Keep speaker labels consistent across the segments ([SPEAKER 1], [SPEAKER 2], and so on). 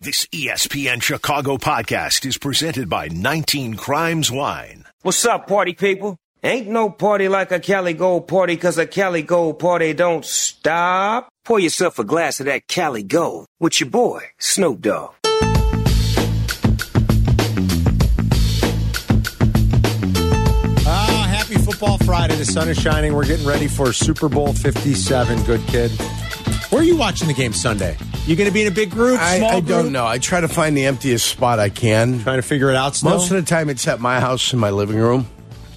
[SPEAKER 1] This E ESPN Chicago podcast is presented by 19 Crimes Wine.
[SPEAKER 2] What's up, party people? Ain't no party like a Cali Gold party, cause a Cali Gold party don't stop. Pour yourself a glass of that Cali Gold with your boy, Snoop Dogg.
[SPEAKER 3] Ah, happy Football Friday. The sun is shining. We're getting ready for Super Bowl 57. Good kid. Where are you watching the game Sunday? You going to be in a big group,
[SPEAKER 4] I,
[SPEAKER 3] small
[SPEAKER 4] I
[SPEAKER 3] group?
[SPEAKER 4] don't know. I try to find the emptiest spot I can.
[SPEAKER 3] Trying to figure it out still?
[SPEAKER 4] Most of the time, it's at my house in my living room.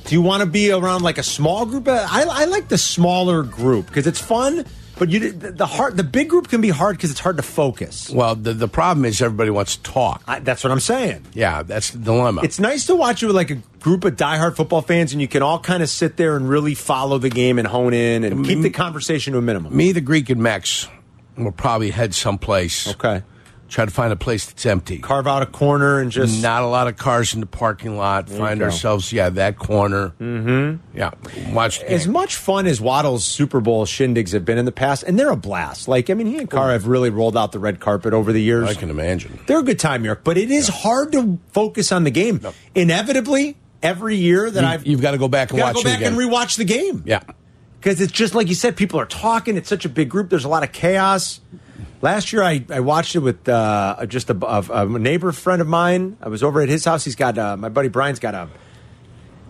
[SPEAKER 3] Do you want to be around like a small group? Uh, I, I like the smaller group because it's fun, but you the, the hard the big group can be hard because it's hard to focus.
[SPEAKER 4] Well, the, the problem is everybody wants to talk.
[SPEAKER 3] I, that's what I'm saying.
[SPEAKER 4] Yeah, that's the dilemma.
[SPEAKER 3] It's nice to watch it with like a group of diehard football fans, and you can all kind of sit there and really follow the game and hone in and keep the conversation to a minimum.
[SPEAKER 4] me, the Greek, and Max will probably head someplace.
[SPEAKER 3] Okay.
[SPEAKER 4] Try to find a place that's empty.
[SPEAKER 3] Carve out a corner and just
[SPEAKER 4] Not a lot of cars in the parking lot. Find
[SPEAKER 3] go.
[SPEAKER 4] ourselves, yeah, that corner. Mm-hmm. Yeah, watch. the
[SPEAKER 3] As
[SPEAKER 4] game.
[SPEAKER 3] much fun as Waddle's Super Bowl shindigs have been in the past, and they're a blast. Like, I mean, he and Carr have really rolled out the red carpet over the years.
[SPEAKER 4] I can imagine.
[SPEAKER 3] They're a good time, York, but it is hard to focus on the game. Inevitably, every year that I've
[SPEAKER 4] you've gotta go back and
[SPEAKER 3] gotta
[SPEAKER 4] watch
[SPEAKER 3] go
[SPEAKER 4] it
[SPEAKER 3] back
[SPEAKER 4] again.
[SPEAKER 3] and rewatch the game.
[SPEAKER 4] Yeah.
[SPEAKER 3] because it's just like you said, people are talking. It's such a big group. There's a lot of chaos. Last year, I, I watched it with uh, just a, a, a neighbor friend of mine. I was over at his house. He's got uh, my buddy Brian's got a.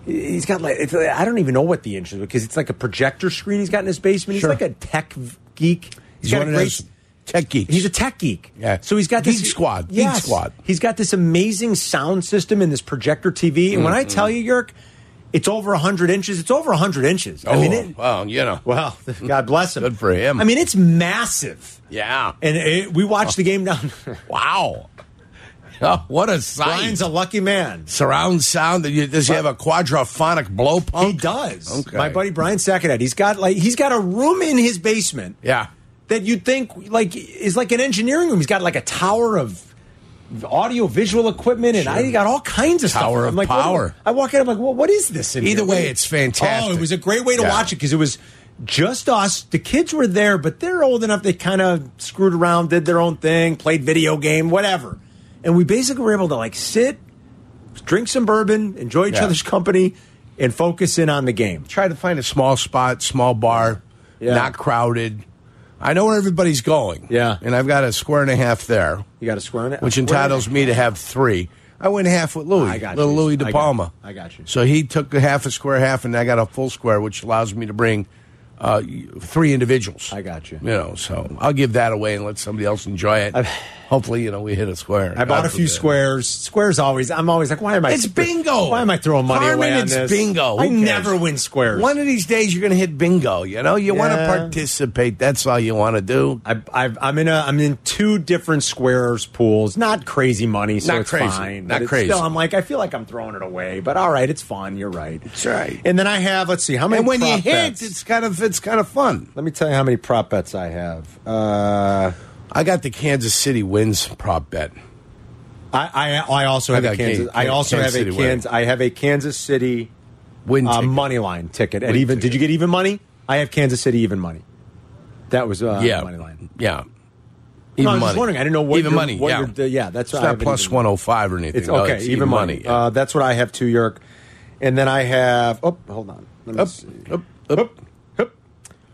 [SPEAKER 3] He's got like it's, I don't even know what the inch is because it's like a projector screen he's got in his basement.
[SPEAKER 4] Sure.
[SPEAKER 3] He's like a tech v- geek.
[SPEAKER 4] He's
[SPEAKER 3] got
[SPEAKER 4] one
[SPEAKER 3] a
[SPEAKER 4] of those tech geeks.
[SPEAKER 3] He's a tech geek.
[SPEAKER 4] Yeah.
[SPEAKER 3] So he's got this
[SPEAKER 4] Geek squad. Geek
[SPEAKER 3] Yes.
[SPEAKER 4] squad.
[SPEAKER 3] He's got this amazing sound system and this projector TV. And when
[SPEAKER 4] Mm-hmm.
[SPEAKER 3] I tell you, Yerk, it's over hundred inches. It's over hundred inches.
[SPEAKER 4] Oh,
[SPEAKER 3] I mean, it,
[SPEAKER 4] well, you know.
[SPEAKER 3] well, God bless him.
[SPEAKER 4] Good for him.
[SPEAKER 3] I mean, it's massive.
[SPEAKER 4] yeah.
[SPEAKER 3] And it, we watched the game down.
[SPEAKER 4] Wow. Oh, what a sight.
[SPEAKER 3] Brian's a lucky man.
[SPEAKER 4] surround sound? That you, does he have a quadraphonic blow
[SPEAKER 3] He
[SPEAKER 4] pump?
[SPEAKER 3] does.
[SPEAKER 4] Okay.
[SPEAKER 3] My buddy Brian Sakadat. He's got like he's got a room in his basement
[SPEAKER 4] Yeah.
[SPEAKER 3] that you'd think like is like an engineering room. He's got like a tower of audio visual equipment and I he got all kinds of stuff.
[SPEAKER 4] Tower of
[SPEAKER 3] I'm like, what-
[SPEAKER 4] power.
[SPEAKER 3] I walk in. I'm like, well, what is this? in
[SPEAKER 4] Either
[SPEAKER 3] here?
[SPEAKER 4] way, it's fantastic.
[SPEAKER 3] Oh, it was a great way to
[SPEAKER 4] Yeah.
[SPEAKER 3] watch it because it was just us. The kids were there, but they're old enough. They kind of screwed around, did their own thing, played video game, whatever. And we basically were able to like sit, drink some bourbon, enjoy each
[SPEAKER 4] Yeah.
[SPEAKER 3] other's company, and focus in on the game.
[SPEAKER 4] Try to find a small spot, small bar,
[SPEAKER 3] Yeah.
[SPEAKER 4] not crowded. I know where everybody's going.
[SPEAKER 3] Yeah.
[SPEAKER 4] And I've got a square and a half there,
[SPEAKER 3] You got to square on it,
[SPEAKER 4] which
[SPEAKER 3] Where-
[SPEAKER 4] entitles me to have three. I went half with Louis,
[SPEAKER 3] I got
[SPEAKER 4] little
[SPEAKER 3] you.
[SPEAKER 4] Louis De
[SPEAKER 3] I got-
[SPEAKER 4] Palma.
[SPEAKER 3] I got you.
[SPEAKER 4] So he took a half a square, half, and I got a full square, which allows me to bring uh, three individuals.
[SPEAKER 3] I got you.
[SPEAKER 4] You know, so I'll give that away and let somebody else enjoy it. Hopefully, you know, we hit a square.
[SPEAKER 3] I bought
[SPEAKER 4] God
[SPEAKER 3] a few
[SPEAKER 4] forbid.
[SPEAKER 3] squares. Squares always. I'm always like, why am I?
[SPEAKER 4] It's bingo.
[SPEAKER 3] Why am I throwing money
[SPEAKER 4] Carmen,
[SPEAKER 3] away on
[SPEAKER 4] it's
[SPEAKER 3] this?
[SPEAKER 4] bingo.
[SPEAKER 3] I
[SPEAKER 4] Who cares?
[SPEAKER 3] never win squares.
[SPEAKER 4] One of these days, you're going to hit bingo. You know, you want to
[SPEAKER 3] Yeah.
[SPEAKER 4] participate. That's all you want to do.
[SPEAKER 3] I, I've, I'm in a I'm in two different squares pools. Not crazy money, so
[SPEAKER 4] Not
[SPEAKER 3] it's
[SPEAKER 4] crazy.
[SPEAKER 3] fine.
[SPEAKER 4] Not
[SPEAKER 3] but it's
[SPEAKER 4] crazy.
[SPEAKER 3] Still, I'm like I feel like I'm throwing it away, but all right, it's fun. You're right. That's
[SPEAKER 4] right.
[SPEAKER 3] And then I have let's see how many.
[SPEAKER 4] And when you
[SPEAKER 3] prop
[SPEAKER 4] hit,
[SPEAKER 3] bets.
[SPEAKER 4] it's kind of it's kind of fun.
[SPEAKER 3] let me tell you how many prop bets I have. Uh,
[SPEAKER 4] I got the Kansas City wins prop bet.
[SPEAKER 3] I, I I also
[SPEAKER 4] I
[SPEAKER 3] have
[SPEAKER 4] got
[SPEAKER 3] a Kansas.
[SPEAKER 4] Kansas-
[SPEAKER 3] I also
[SPEAKER 4] Kansas
[SPEAKER 3] have
[SPEAKER 4] City
[SPEAKER 3] a
[SPEAKER 4] winning.
[SPEAKER 3] Kansas. I have a Kansas City
[SPEAKER 4] Win
[SPEAKER 3] uh,
[SPEAKER 4] ticket.
[SPEAKER 3] money line ticket. And
[SPEAKER 4] Win
[SPEAKER 3] even did
[SPEAKER 4] ticket.
[SPEAKER 3] you get even money? I have Kansas City even money. That was uh,
[SPEAKER 4] Yeah,
[SPEAKER 3] money line.
[SPEAKER 4] yeah.
[SPEAKER 3] No, I was just wondering. I didn't know what
[SPEAKER 4] even
[SPEAKER 3] your-
[SPEAKER 4] money.
[SPEAKER 3] what
[SPEAKER 4] yeah,
[SPEAKER 3] your- the- yeah, that's
[SPEAKER 4] it's
[SPEAKER 3] what I
[SPEAKER 4] not
[SPEAKER 3] have it
[SPEAKER 4] plus
[SPEAKER 3] even-
[SPEAKER 4] one hundred five or anything.
[SPEAKER 3] It's
[SPEAKER 4] No,
[SPEAKER 3] okay,
[SPEAKER 4] it's
[SPEAKER 3] even, money.
[SPEAKER 4] yeah.
[SPEAKER 3] Uh, that's what I have to York, and then I have. Oh, hold on. Let me
[SPEAKER 4] Up,
[SPEAKER 3] see.
[SPEAKER 4] up, up.
[SPEAKER 3] Hup.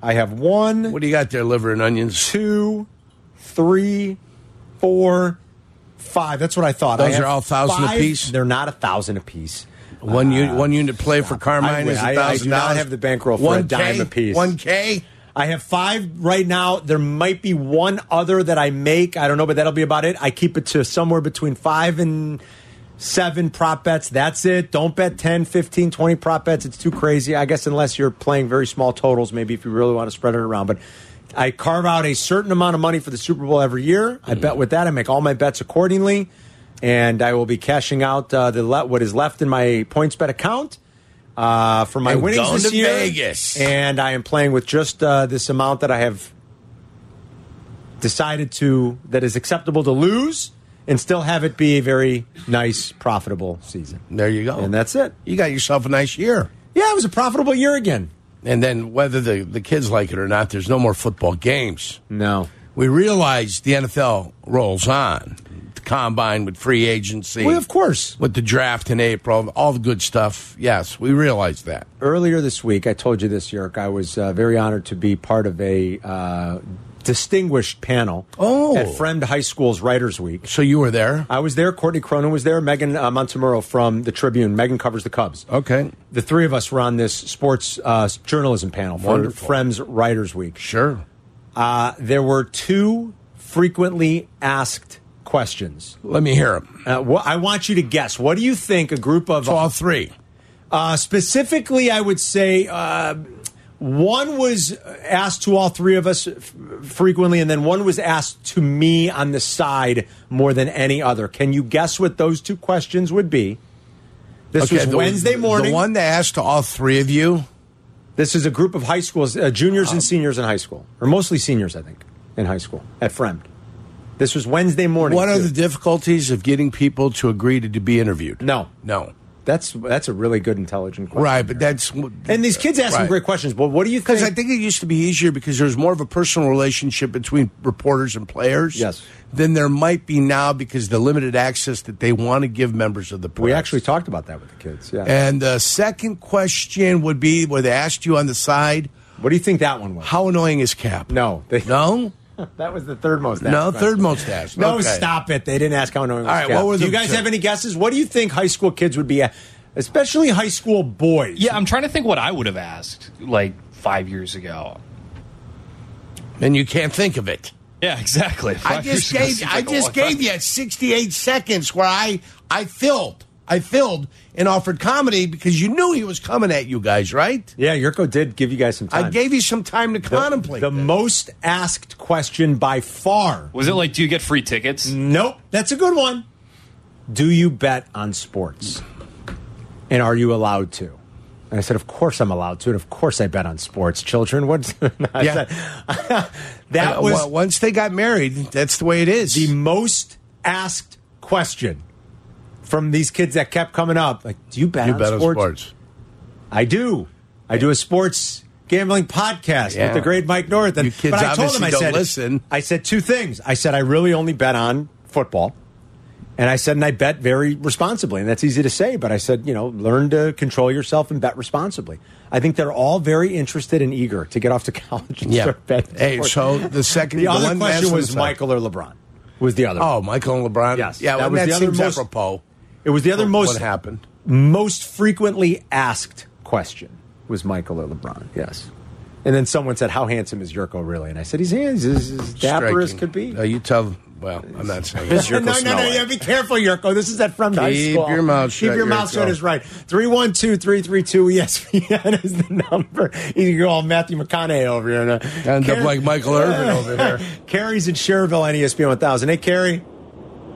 [SPEAKER 3] I have one,
[SPEAKER 4] What do you got there? Liver and onions.
[SPEAKER 3] two, three, four, five. That's what I thought.
[SPEAKER 4] Those
[SPEAKER 3] I have
[SPEAKER 4] are all 1,000
[SPEAKER 3] five.
[SPEAKER 4] apiece?
[SPEAKER 3] They're not a thousand apiece.
[SPEAKER 4] One unit, one unit play for Carmine
[SPEAKER 3] I-
[SPEAKER 4] is
[SPEAKER 3] I- I
[SPEAKER 4] a
[SPEAKER 3] do
[SPEAKER 4] thousand
[SPEAKER 3] not
[SPEAKER 4] dollars.
[SPEAKER 3] have the bankroll for a dime apiece.
[SPEAKER 4] One K.
[SPEAKER 3] I have five right now. There might be one other that I make. I don't know, but that'll be about it. I keep it to somewhere between five and seven prop bets. That's it. Don't bet 10, 15, 20 prop bets. It's too crazy. I guess unless you're playing very small totals, maybe if you really want to spread it around. But I carve out a certain amount of money for the Super Bowl every year.
[SPEAKER 4] Mm-hmm.
[SPEAKER 3] I bet with that. I make all my bets accordingly. And I will be cashing out uh, the le- what is left in my points bet account uh, for my
[SPEAKER 4] And
[SPEAKER 3] winnings
[SPEAKER 4] going
[SPEAKER 3] this
[SPEAKER 4] to
[SPEAKER 3] year.
[SPEAKER 4] Vegas.
[SPEAKER 3] And I am playing with just uh, this amount that I have decided to that is acceptable to lose and still have it be a very nice profitable season.
[SPEAKER 4] There you go.
[SPEAKER 3] And that's it.
[SPEAKER 4] You got yourself a nice year.
[SPEAKER 3] Yeah, it was a profitable year again.
[SPEAKER 4] And then whether the, the kids like it or not, there's no more football games.
[SPEAKER 3] No.
[SPEAKER 4] We realize the NFL rolls on. combine, with free agency,
[SPEAKER 3] Well, of course.
[SPEAKER 4] with the draft in April, all the good stuff. Yes, we realize that.
[SPEAKER 3] Earlier this week, I told you this, Yerk. I was uh, very honored to be part of a uh, distinguished panel
[SPEAKER 4] Oh.
[SPEAKER 3] at Friend High School's Writers Week.
[SPEAKER 4] So you were there.
[SPEAKER 3] I was there. Courtney Cronin was there. Megan uh, Montemurro from the Tribune. Megan covers the Cubs.
[SPEAKER 4] Okay.
[SPEAKER 3] The three of us were on this sports uh, journalism panel for
[SPEAKER 4] Wonderful.
[SPEAKER 3] Friends Writers Week.
[SPEAKER 4] Sure.
[SPEAKER 3] Uh, there were two frequently asked questions.
[SPEAKER 4] Let me hear them.
[SPEAKER 3] Uh, wh- I want you to guess. What do you think a group of
[SPEAKER 4] All three.
[SPEAKER 3] Uh, specifically, I would say uh, one was asked to all three of us f- frequently, and then one was asked to me on the side more than any other. Can you guess what those two questions would be? This was
[SPEAKER 4] the-
[SPEAKER 3] Wednesday morning.
[SPEAKER 4] The one that asked to all three of you.
[SPEAKER 3] this is a group of high schools, uh, juniors and seniors in high school, or mostly seniors, I think, in high school at Fremd. This was Wednesday morning.
[SPEAKER 4] What are
[SPEAKER 3] too.
[SPEAKER 4] the difficulties of getting people to agree to, to be interviewed?
[SPEAKER 3] No.
[SPEAKER 4] No.
[SPEAKER 3] That's that's a really good, intelligent question.
[SPEAKER 4] Right, but that's
[SPEAKER 3] And these kids ask some great questions. But what do you think?
[SPEAKER 4] Because I think it used to be easier because there's more of a personal relationship between reporters and players.
[SPEAKER 3] Yes.
[SPEAKER 4] Than there might be now because the limited access that they want to give members of the press.
[SPEAKER 3] we actually talked about that with the kids. Yeah.
[SPEAKER 4] And the second question would be where they asked you on the side,
[SPEAKER 3] What do you think that one was?
[SPEAKER 4] how annoying is Cap?
[SPEAKER 3] No, they-
[SPEAKER 4] No?
[SPEAKER 3] That was the third most. Asked
[SPEAKER 4] No,
[SPEAKER 3] question.
[SPEAKER 4] third most asked.
[SPEAKER 3] No,
[SPEAKER 4] Okay.
[SPEAKER 3] stop it. They didn't ask how annoying. All
[SPEAKER 4] right, what were
[SPEAKER 3] do you
[SPEAKER 4] the
[SPEAKER 3] guys
[SPEAKER 4] two?
[SPEAKER 3] have any guesses? What do you think high school kids would be, at? especially high school boys?
[SPEAKER 5] Yeah, I'm trying to think what I would have asked like five years ago.
[SPEAKER 4] And you can't think of it.
[SPEAKER 5] Yeah, exactly.
[SPEAKER 4] I
[SPEAKER 5] Five
[SPEAKER 4] just
[SPEAKER 5] years ago
[SPEAKER 4] gave
[SPEAKER 5] seems
[SPEAKER 4] I
[SPEAKER 5] like a
[SPEAKER 4] just
[SPEAKER 5] long time.
[SPEAKER 4] gave you 68 seconds where I I filled I filled and offered comedy because you knew he was coming at you guys, right?
[SPEAKER 3] yeah. Yurko did give you guys some time.
[SPEAKER 4] I gave you some time to
[SPEAKER 3] the,
[SPEAKER 4] contemplate.
[SPEAKER 3] the
[SPEAKER 4] that.
[SPEAKER 3] most asked question by far.
[SPEAKER 5] Was it like, do you get free tickets?
[SPEAKER 4] Mm.
[SPEAKER 3] Nope, that's a good one. Do you bet on sports? And are you allowed to? And I said, of course I'm allowed to, and of course I bet on sports. Children, what? I
[SPEAKER 4] Yeah.
[SPEAKER 3] said- that
[SPEAKER 4] Uh,
[SPEAKER 3] was
[SPEAKER 4] well, once they got married, that's the way it is.
[SPEAKER 3] the most asked question from these kids that kept coming up. Like, do you bet,
[SPEAKER 4] you
[SPEAKER 3] on,
[SPEAKER 4] bet on
[SPEAKER 3] sports?
[SPEAKER 4] sports.
[SPEAKER 3] I do. I do a sports gambling podcast
[SPEAKER 4] Yeah.
[SPEAKER 3] with the great Mike North. And
[SPEAKER 4] You kids
[SPEAKER 3] but I told him,
[SPEAKER 4] obviously
[SPEAKER 3] I
[SPEAKER 4] don't
[SPEAKER 3] said,
[SPEAKER 4] listen.
[SPEAKER 3] I said two things. I said I really only bet on football. And I said, and I bet very responsibly. And that's easy to say, but I said, you know, learn to control yourself and bet responsibly. I think they're all very interested and eager to get off to college and
[SPEAKER 4] Yeah.
[SPEAKER 3] start betting.
[SPEAKER 4] Hey,
[SPEAKER 3] sports.
[SPEAKER 4] so the second
[SPEAKER 3] the,
[SPEAKER 4] one
[SPEAKER 3] other
[SPEAKER 4] that asked
[SPEAKER 3] question
[SPEAKER 4] on the
[SPEAKER 3] was
[SPEAKER 4] side-
[SPEAKER 3] Michael or LeBron. Was the other?
[SPEAKER 4] Oh, Michael and LeBron.
[SPEAKER 3] Yes.
[SPEAKER 4] Yeah,
[SPEAKER 3] That
[SPEAKER 4] well,
[SPEAKER 3] was
[SPEAKER 4] that
[SPEAKER 3] the other
[SPEAKER 4] seems
[SPEAKER 3] most-
[SPEAKER 4] apropos.
[SPEAKER 3] It was the other
[SPEAKER 4] What
[SPEAKER 3] most
[SPEAKER 4] happened?
[SPEAKER 3] most frequently asked question was Michael or LeBron. Yes. And then someone said, "How handsome is Yurko really?" And I said, "He's hands as, as dapper as
[SPEAKER 4] Striking. Uh,
[SPEAKER 3] could be."
[SPEAKER 4] No, you tell. Well, I'm not saying.
[SPEAKER 3] no,
[SPEAKER 4] that.
[SPEAKER 3] no, no, yeah, be careful, Yurko. This is at from high
[SPEAKER 4] Keep
[SPEAKER 3] school.
[SPEAKER 4] your mouth
[SPEAKER 3] Keep
[SPEAKER 4] shut,
[SPEAKER 3] your mouth
[SPEAKER 4] Yurko.
[SPEAKER 3] shut is right. E 312-332-ESPN is the number. You can go all Matthew McConaughey over here. And, uh,
[SPEAKER 4] End
[SPEAKER 3] Car-
[SPEAKER 4] up like Michael Irvin over there.
[SPEAKER 3] Carrie's in E Cherville on ESPN 1000. Hey, Carrie,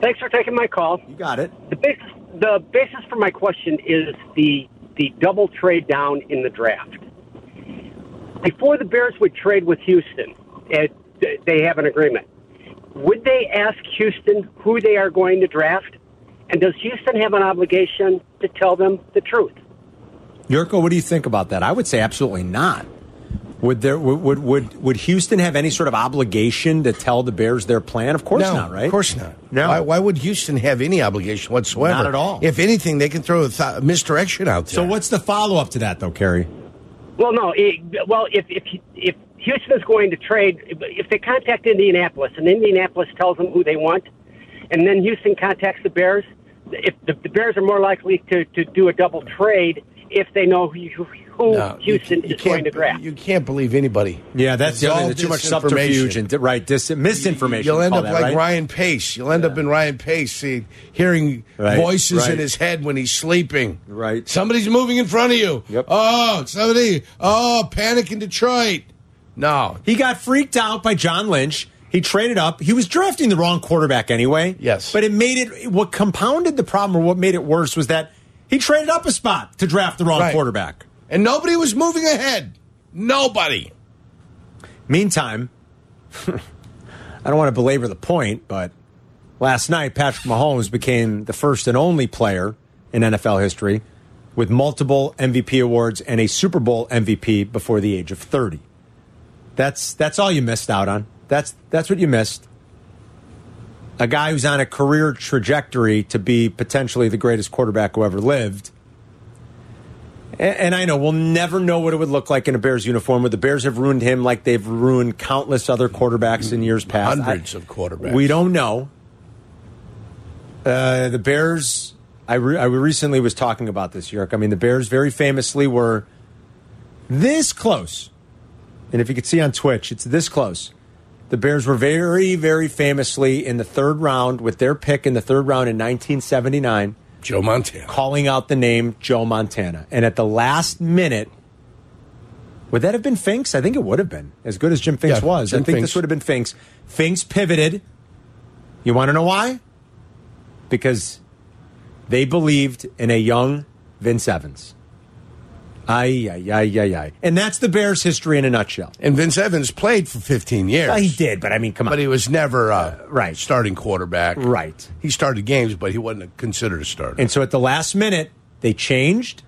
[SPEAKER 6] Thanks for taking my call.
[SPEAKER 3] you got it.
[SPEAKER 6] The basis, the basis for my question is the the double trade down in the draft. Before the Bears would trade with Houston, it, they have an agreement. Would they ask Houston who they are going to draft, and does Houston have an obligation to tell them the truth?
[SPEAKER 3] Yurko, what do you think about that? I would say absolutely not. Would there would would would, would Houston have any sort of obligation to tell the Bears their plan? Of course
[SPEAKER 4] no,
[SPEAKER 3] not, right?
[SPEAKER 4] Of course not.
[SPEAKER 3] No.
[SPEAKER 4] Why, why would Houston have any obligation whatsoever?
[SPEAKER 3] Not at all.
[SPEAKER 4] If anything, they can throw a th- misdirection out there.
[SPEAKER 3] so what's the follow up to that though, Kerry?
[SPEAKER 6] Well, no. It, well, if if if Houston is going to trade, if they contact Indianapolis and Indianapolis tells them who they want, and then Houston contacts the Bears, if the, the Bears are more likely to, to do a double trade if they know who, who
[SPEAKER 4] No, you
[SPEAKER 6] Houston
[SPEAKER 4] can't- Uh, you
[SPEAKER 6] is going
[SPEAKER 4] can't-
[SPEAKER 6] to draft.
[SPEAKER 4] You can't believe anybody.
[SPEAKER 3] Yeah, that's the
[SPEAKER 4] It's
[SPEAKER 3] other
[SPEAKER 4] all
[SPEAKER 3] thing, too much
[SPEAKER 4] disinformation.
[SPEAKER 3] subterfuge and di- right dis- misinformation.
[SPEAKER 4] You'll
[SPEAKER 3] we
[SPEAKER 4] end
[SPEAKER 3] call
[SPEAKER 4] up
[SPEAKER 3] that,
[SPEAKER 4] like
[SPEAKER 3] right?
[SPEAKER 4] Ryan Pace. You'll end up in Ryan Pace, see, hearing
[SPEAKER 3] Right,
[SPEAKER 4] voices
[SPEAKER 3] right.
[SPEAKER 4] in his head when he's sleeping.
[SPEAKER 3] Right.
[SPEAKER 4] Somebody's moving in front of you.
[SPEAKER 3] Yep.
[SPEAKER 4] Oh, somebody. Oh, panic in Detroit. No.
[SPEAKER 3] He got freaked out by John Lynch. He traded up. He was drafting the wrong quarterback anyway.
[SPEAKER 4] Yes.
[SPEAKER 3] But it made it what compounded the problem or what made it worse was that he traded up a spot to draft the wrong
[SPEAKER 4] Right.
[SPEAKER 3] quarterback.
[SPEAKER 4] And nobody was moving ahead. Nobody.
[SPEAKER 3] Meantime, I don't want to belabor the point, but last night Patrick Mahomes became the first and only player in NFL history with multiple MVP awards and a Super Bowl MVP before the age of 30. That's that's all you missed out on. That's that's what you missed. a guy who's on a career trajectory to be potentially the greatest quarterback who ever lived. A- And, I know we'll never know what it would look like in a Bears uniform, but the Bears have ruined him like they've ruined countless other quarterbacks in years past.
[SPEAKER 4] Hundreds
[SPEAKER 3] I-
[SPEAKER 4] of quarterbacks.
[SPEAKER 3] We don't know. Uh, the Bears, I, re- I recently was talking about this, York. I mean, the Bears very famously were this close. And if you could see on Twitch, it's this close. The Bears were very, very famously in the third round with their pick in the third round in 1979,
[SPEAKER 4] Joe Montana.
[SPEAKER 3] calling out the name Joe Montana. And at the last minute, would that have been Finks? I think it would have been. As good as Jim Finks
[SPEAKER 4] Yeah,
[SPEAKER 3] was, I
[SPEAKER 4] Jim
[SPEAKER 3] think
[SPEAKER 4] Finks.
[SPEAKER 3] this would have been Finks. Finks pivoted. You want to know why? Because they believed in a young Vince Evans. Ay, ay, ay, ay, ay. And that's the Bears' history in a nutshell.
[SPEAKER 4] And Vince Evans played for 15 years.
[SPEAKER 3] Well, he did, but I mean, come on.
[SPEAKER 4] But he was never uh,
[SPEAKER 3] right.
[SPEAKER 4] starting quarterback.
[SPEAKER 3] Right.
[SPEAKER 4] He started games, but he wasn't considered a starter.
[SPEAKER 3] And so at the last minute, they changed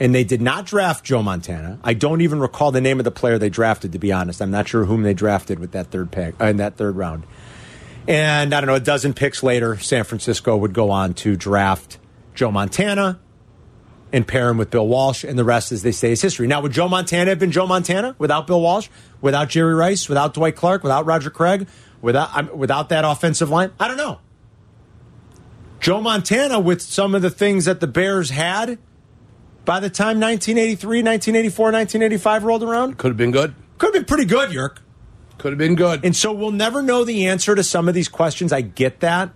[SPEAKER 3] and they did not draft Joe Montana. I don't even recall the name of the player they drafted, to be honest. I'm not sure whom they drafted with that third pick uh, in that third round. And I don't know, a dozen picks later, San Francisco would go on to draft Joe Montana and pair him with Bill Walsh, and the rest, as they say, is history. Now, would Joe Montana have been Joe Montana without Bill Walsh, without Jerry Rice, without Dwight Clark, without Roger Craig, without I'm- without that offensive line? I don't know. Joe Montana with some of the things that the Bears had by the time 1983, 1984, 1985 rolled around
[SPEAKER 4] could have been good.
[SPEAKER 3] could have been pretty good, Yerk.
[SPEAKER 4] Could have been good.
[SPEAKER 3] And so we'll never know the answer to some of these questions. I get that.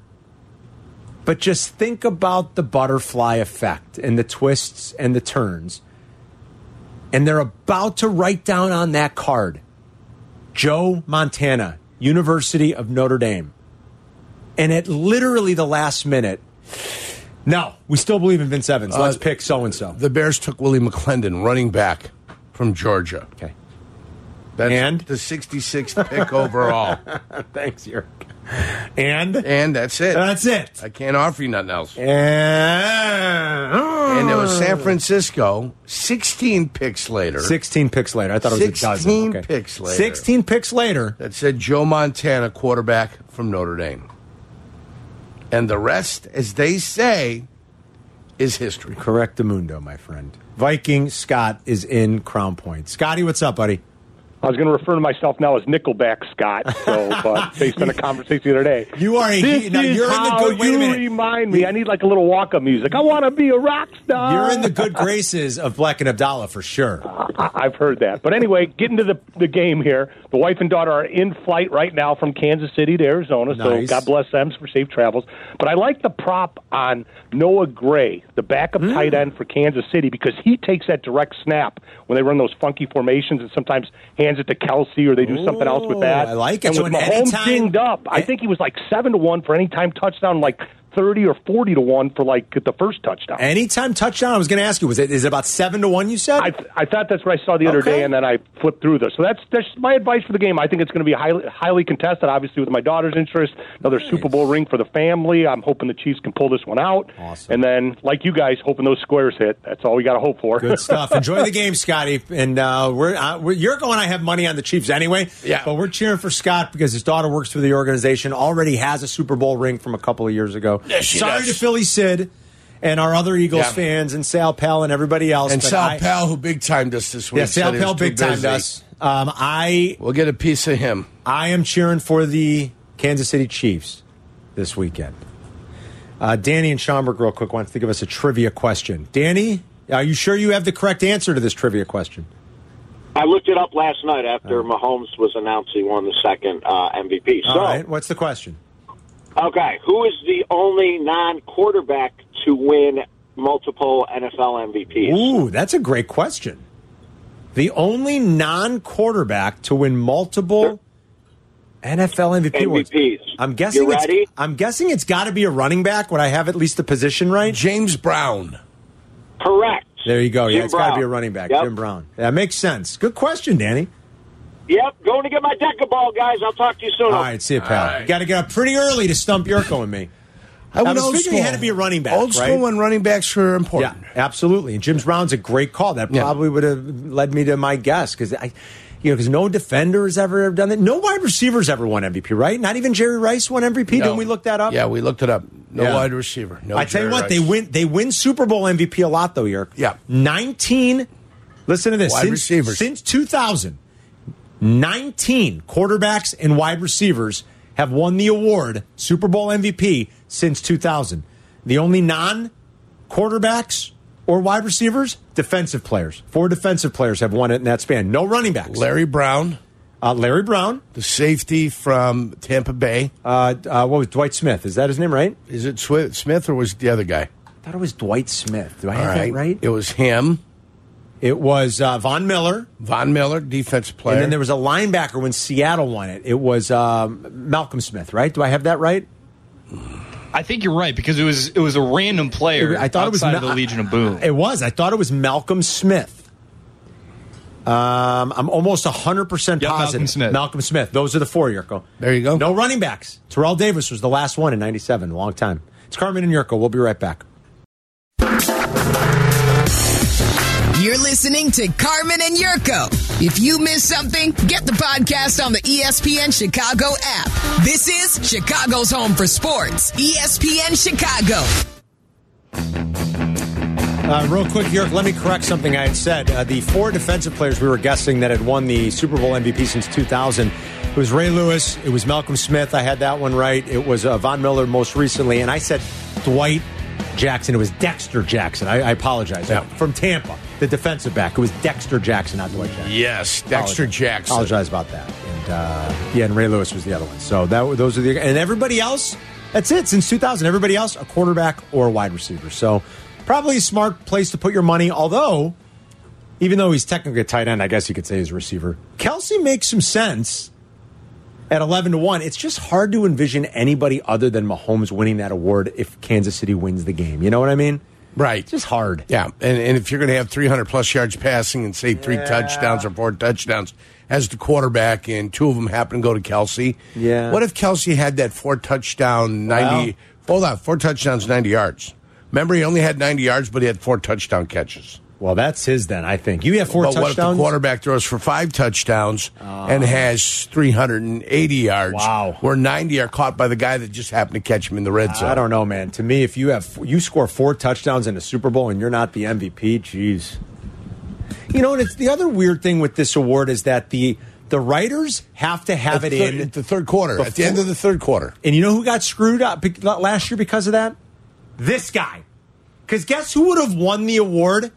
[SPEAKER 3] But just think about the butterfly effect and the twists and the turns. And they're about to write down on that card Joe Montana, University of Notre Dame. And at literally the last minute, no, we still believe in Vince Evans. Let's
[SPEAKER 4] Uh,
[SPEAKER 3] pick so and so.
[SPEAKER 4] the Bears took Willie McClendon, running back from Georgia.
[SPEAKER 3] Okay.
[SPEAKER 4] That's
[SPEAKER 3] And?
[SPEAKER 4] the 66th pick overall.
[SPEAKER 3] Thanks, Yerk. And
[SPEAKER 4] And that's it.
[SPEAKER 3] that's it.
[SPEAKER 4] I can't offer you nothing else.
[SPEAKER 3] And,
[SPEAKER 4] And it was
[SPEAKER 3] Uh.
[SPEAKER 4] San Francisco, 16 picks later.
[SPEAKER 3] 16 picks later. I thought it was a dozen.
[SPEAKER 4] 16
[SPEAKER 3] Okay.
[SPEAKER 4] picks later.
[SPEAKER 3] 16 picks later.
[SPEAKER 4] that said Joe Montana, quarterback from Notre Dame. And the rest, as they say, is history.
[SPEAKER 3] Correct the mundo, my friend. Viking Scott is in Crown Point. Scotty, what's up, buddy?
[SPEAKER 7] I was going to refer to myself now as Nickelback Scott, so but based on a conversation the other day,
[SPEAKER 3] You are a-
[SPEAKER 7] This
[SPEAKER 3] now,
[SPEAKER 7] is
[SPEAKER 3] you're in the
[SPEAKER 7] how
[SPEAKER 3] good- wait a
[SPEAKER 7] you
[SPEAKER 3] minute.
[SPEAKER 7] remind me. I need like a little walk up music. I want to be a rock star.
[SPEAKER 3] You're in the good graces of Black and Abdallah for sure.
[SPEAKER 7] I- I've heard that, but anyway, getting to the the game here. The wife and daughter are in flight right now from Kansas City to Arizona, so
[SPEAKER 3] Nice.
[SPEAKER 7] God bless them for safe travels. But I like the prop on Noah Gray, the backup
[SPEAKER 3] Hmm.
[SPEAKER 7] tight end for Kansas City, because he takes that direct snap when they run those funky formations, and sometimes hands it to Kelsey or they do something else with that.
[SPEAKER 3] Ooh, I like it.
[SPEAKER 7] And
[SPEAKER 3] So
[SPEAKER 7] with
[SPEAKER 3] an
[SPEAKER 7] Mahomes
[SPEAKER 3] anytime-
[SPEAKER 7] dinged up, I think he was like seven to one for any time touchdown, like thirty or forty to one for like the first touchdown.
[SPEAKER 3] Anytime touchdown, I was going to ask you, was it is it about seven to one? You said
[SPEAKER 7] I, I thought that's what I saw the other
[SPEAKER 3] Okay.
[SPEAKER 7] day, and then I flipped through this. So that's that's my advice for the game. I think it's going to be highly highly contested. Obviously, with my daughter's interest, another Super Bowl ring for the family. I'm hoping the Chiefs can pull this one out.
[SPEAKER 3] Awesome.
[SPEAKER 7] And then, like you guys, hoping those squares hit. That's all we got to hope for.
[SPEAKER 3] good stuff. Enjoy the game, Scotty. And uh, we're, uh, we're you're going. I have money on the Chiefs anyway.
[SPEAKER 4] Yeah.
[SPEAKER 3] but we're cheering for Scott because his daughter works for the organization. Already has a Super Bowl ring from a couple of years ago.
[SPEAKER 4] Yes, she
[SPEAKER 3] Sorry
[SPEAKER 4] does.
[SPEAKER 3] to Philly Sid and our other Eagles
[SPEAKER 4] Yeah.
[SPEAKER 3] fans and Sal Pal and everybody else.
[SPEAKER 4] And
[SPEAKER 3] but
[SPEAKER 4] Sal
[SPEAKER 3] I-
[SPEAKER 4] Pal, who big timed us this week.
[SPEAKER 3] Yeah, Sal
[SPEAKER 4] said he was
[SPEAKER 3] Pal
[SPEAKER 4] too
[SPEAKER 3] big time
[SPEAKER 4] busy.
[SPEAKER 3] us. Um, I
[SPEAKER 4] We'll get a piece of him.
[SPEAKER 3] I am cheering for the Kansas City Chiefs this weekend. Uh, Danny and Schomburg, real quick, wants to give us a trivia question. Danny, are you sure you have the correct answer to this trivia question?
[SPEAKER 8] I looked it up last night after Mahomes was announced he won the second uh, MVP.
[SPEAKER 3] All
[SPEAKER 8] so,
[SPEAKER 3] right, what's the question?
[SPEAKER 8] okay, who is the only non-quarterback to win multiple NFL MVPs?
[SPEAKER 3] Ooh, that's a great question. The only non-quarterback to win multiple NFL MVP awards.
[SPEAKER 8] MVPs.
[SPEAKER 3] I'm guessing.
[SPEAKER 8] You
[SPEAKER 3] it's-
[SPEAKER 8] ready?
[SPEAKER 3] I'm guessing it's got to be a running back. Would I have at least the position right?
[SPEAKER 4] James Brown.
[SPEAKER 8] Correct.
[SPEAKER 3] There you go. yeah,
[SPEAKER 8] Jim
[SPEAKER 3] it's got to
[SPEAKER 8] Brown.
[SPEAKER 3] be a running back.
[SPEAKER 8] Yep.
[SPEAKER 3] Jim Brown. That makes sense. Good question, Danny.
[SPEAKER 8] Yep, going to get my deck of ball, guys. I'll talk to you soon.
[SPEAKER 3] All right, see you, pal.
[SPEAKER 4] right.
[SPEAKER 3] You got to get up pretty early to stump Yurko and me.
[SPEAKER 4] I
[SPEAKER 3] was thinking he had to be a running back,
[SPEAKER 4] Old
[SPEAKER 3] right?
[SPEAKER 4] school and running backs are important.
[SPEAKER 3] Yeah, absolutely. And Jim's Brown's a great call. That
[SPEAKER 4] Yeah.
[SPEAKER 3] probably would have led me to my guess because I, You know, because no defender has ever done that. No wide receivers ever won MVP, right? Not even Jerry Rice won MVP.
[SPEAKER 4] No.
[SPEAKER 3] Didn't we look that up?
[SPEAKER 4] Yeah, we looked it up. No
[SPEAKER 3] Yeah.
[SPEAKER 4] wide receiver. No
[SPEAKER 3] I tell you
[SPEAKER 4] Jerry
[SPEAKER 3] what,
[SPEAKER 4] Rice.
[SPEAKER 3] they win. They win Super Bowl MVP a lot though, Yerk.
[SPEAKER 4] Yeah.
[SPEAKER 3] nineteen. Listen to this.
[SPEAKER 4] Wide
[SPEAKER 3] since,
[SPEAKER 4] receivers.
[SPEAKER 3] since 2000, 19 quarterbacks and wide receivers have won the award Super Bowl MVP since 2000. The only non quarterbacks or wide receivers, defensive players. Four defensive players have won it in that span. No running backs.
[SPEAKER 4] Larry Brown,
[SPEAKER 3] Uh, Larry Brown.
[SPEAKER 4] the safety from Tampa Bay.
[SPEAKER 3] Uh, uh, what was Dwight Smith? Is that his name? Right?
[SPEAKER 4] Is it Swi- Smith or was it the other guy?
[SPEAKER 3] I thought it was Dwight Smith. Do I
[SPEAKER 4] All
[SPEAKER 3] have
[SPEAKER 4] right.
[SPEAKER 3] that right?
[SPEAKER 4] It was him,
[SPEAKER 3] It was uh, Von Miller.
[SPEAKER 4] Von Miller, defensive player.
[SPEAKER 3] And then there was a linebacker when Seattle won it. It was um, Malcolm Smith, right? Do I have that right?
[SPEAKER 5] I think you're right because it was it was a random player.
[SPEAKER 3] I thought it was
[SPEAKER 5] outside of
[SPEAKER 3] Mal-
[SPEAKER 5] the Legion of Boom.
[SPEAKER 3] It was. I thought it was Malcolm Smith. Um, I'm almost 100% positive.
[SPEAKER 5] Yeah, Malcolm Smith.
[SPEAKER 3] Malcolm Smith. Those are the four, Yurko.
[SPEAKER 4] There you go.
[SPEAKER 3] No running backs. Terrell Davis was the last one in 97. A long time. It's Carmen and Yurko. We'll be right back.
[SPEAKER 9] You're listening to Carmen and Yurko. If you miss something, get the podcast on the E ESPN Chicago app. This is Chicago's home for sports. E ESPN Chicago.
[SPEAKER 3] Uh, real quick, York, let me correct something I had said. Uh, the four defensive players we were guessing that had won the Super Bowl MVP since 2000. It was Ray Lewis. It was Malcolm Smith. I had that one right. It was uh, Von Miller most recently. And I said Dwight Jackson. It was Dexter Jackson. I, I apologize. From Tampa, the defensive back. It was Dexter Jackson, not Dwight Jackson.
[SPEAKER 4] yes, Dexter
[SPEAKER 3] Apologize.
[SPEAKER 4] Jackson.
[SPEAKER 3] Apologize about that. And uh, yeah, and Ray Lewis was the other one. So that wa- those are the and everybody else. That's it. Since 2000, everybody else a quarterback or a wide receiver. So probably a smart place to put your money. Although, even though he's technically a tight end, I guess you could say he's a receiver. Kelsey makes some sense at 11 to 1. It's just hard to envision anybody other than Mahomes winning that award if Kansas City wins the game. You know what I mean?
[SPEAKER 4] Right.
[SPEAKER 3] It's just hard.
[SPEAKER 4] Yeah, and, and if you're going to have 300 plus yards passing and say three touchdowns or four touchdowns as the quarterback, and two of them happen to go to Kelsey,
[SPEAKER 3] Yeah.
[SPEAKER 4] What if Kelsey had that four touchdown ninety? Hold on, four touchdowns, ninety yards. Remember, he only had ninety yards, but he had four touchdown catches.
[SPEAKER 3] Well, that's his then, I think. You have four
[SPEAKER 4] but
[SPEAKER 3] touchdowns. Ah.
[SPEAKER 4] what if the quarterback throws for five touchdowns and has 380 yards?
[SPEAKER 3] Wow.
[SPEAKER 4] Where 90 are caught by the guy that just happened to catch him in the red zone.
[SPEAKER 3] I don't know, man. To me, if you have you score four touchdowns in a Super Bowl and you're not the MVP, jeez. You know, and it's the other weird thing with this award is that the the writers have to have
[SPEAKER 4] At
[SPEAKER 3] it
[SPEAKER 4] thir-
[SPEAKER 3] in.
[SPEAKER 4] at the third quarter, at the
[SPEAKER 3] before-
[SPEAKER 4] end of the third quarter.
[SPEAKER 3] and you know who got screwed up be- last year because of that? This guy. Because guess who would have won the award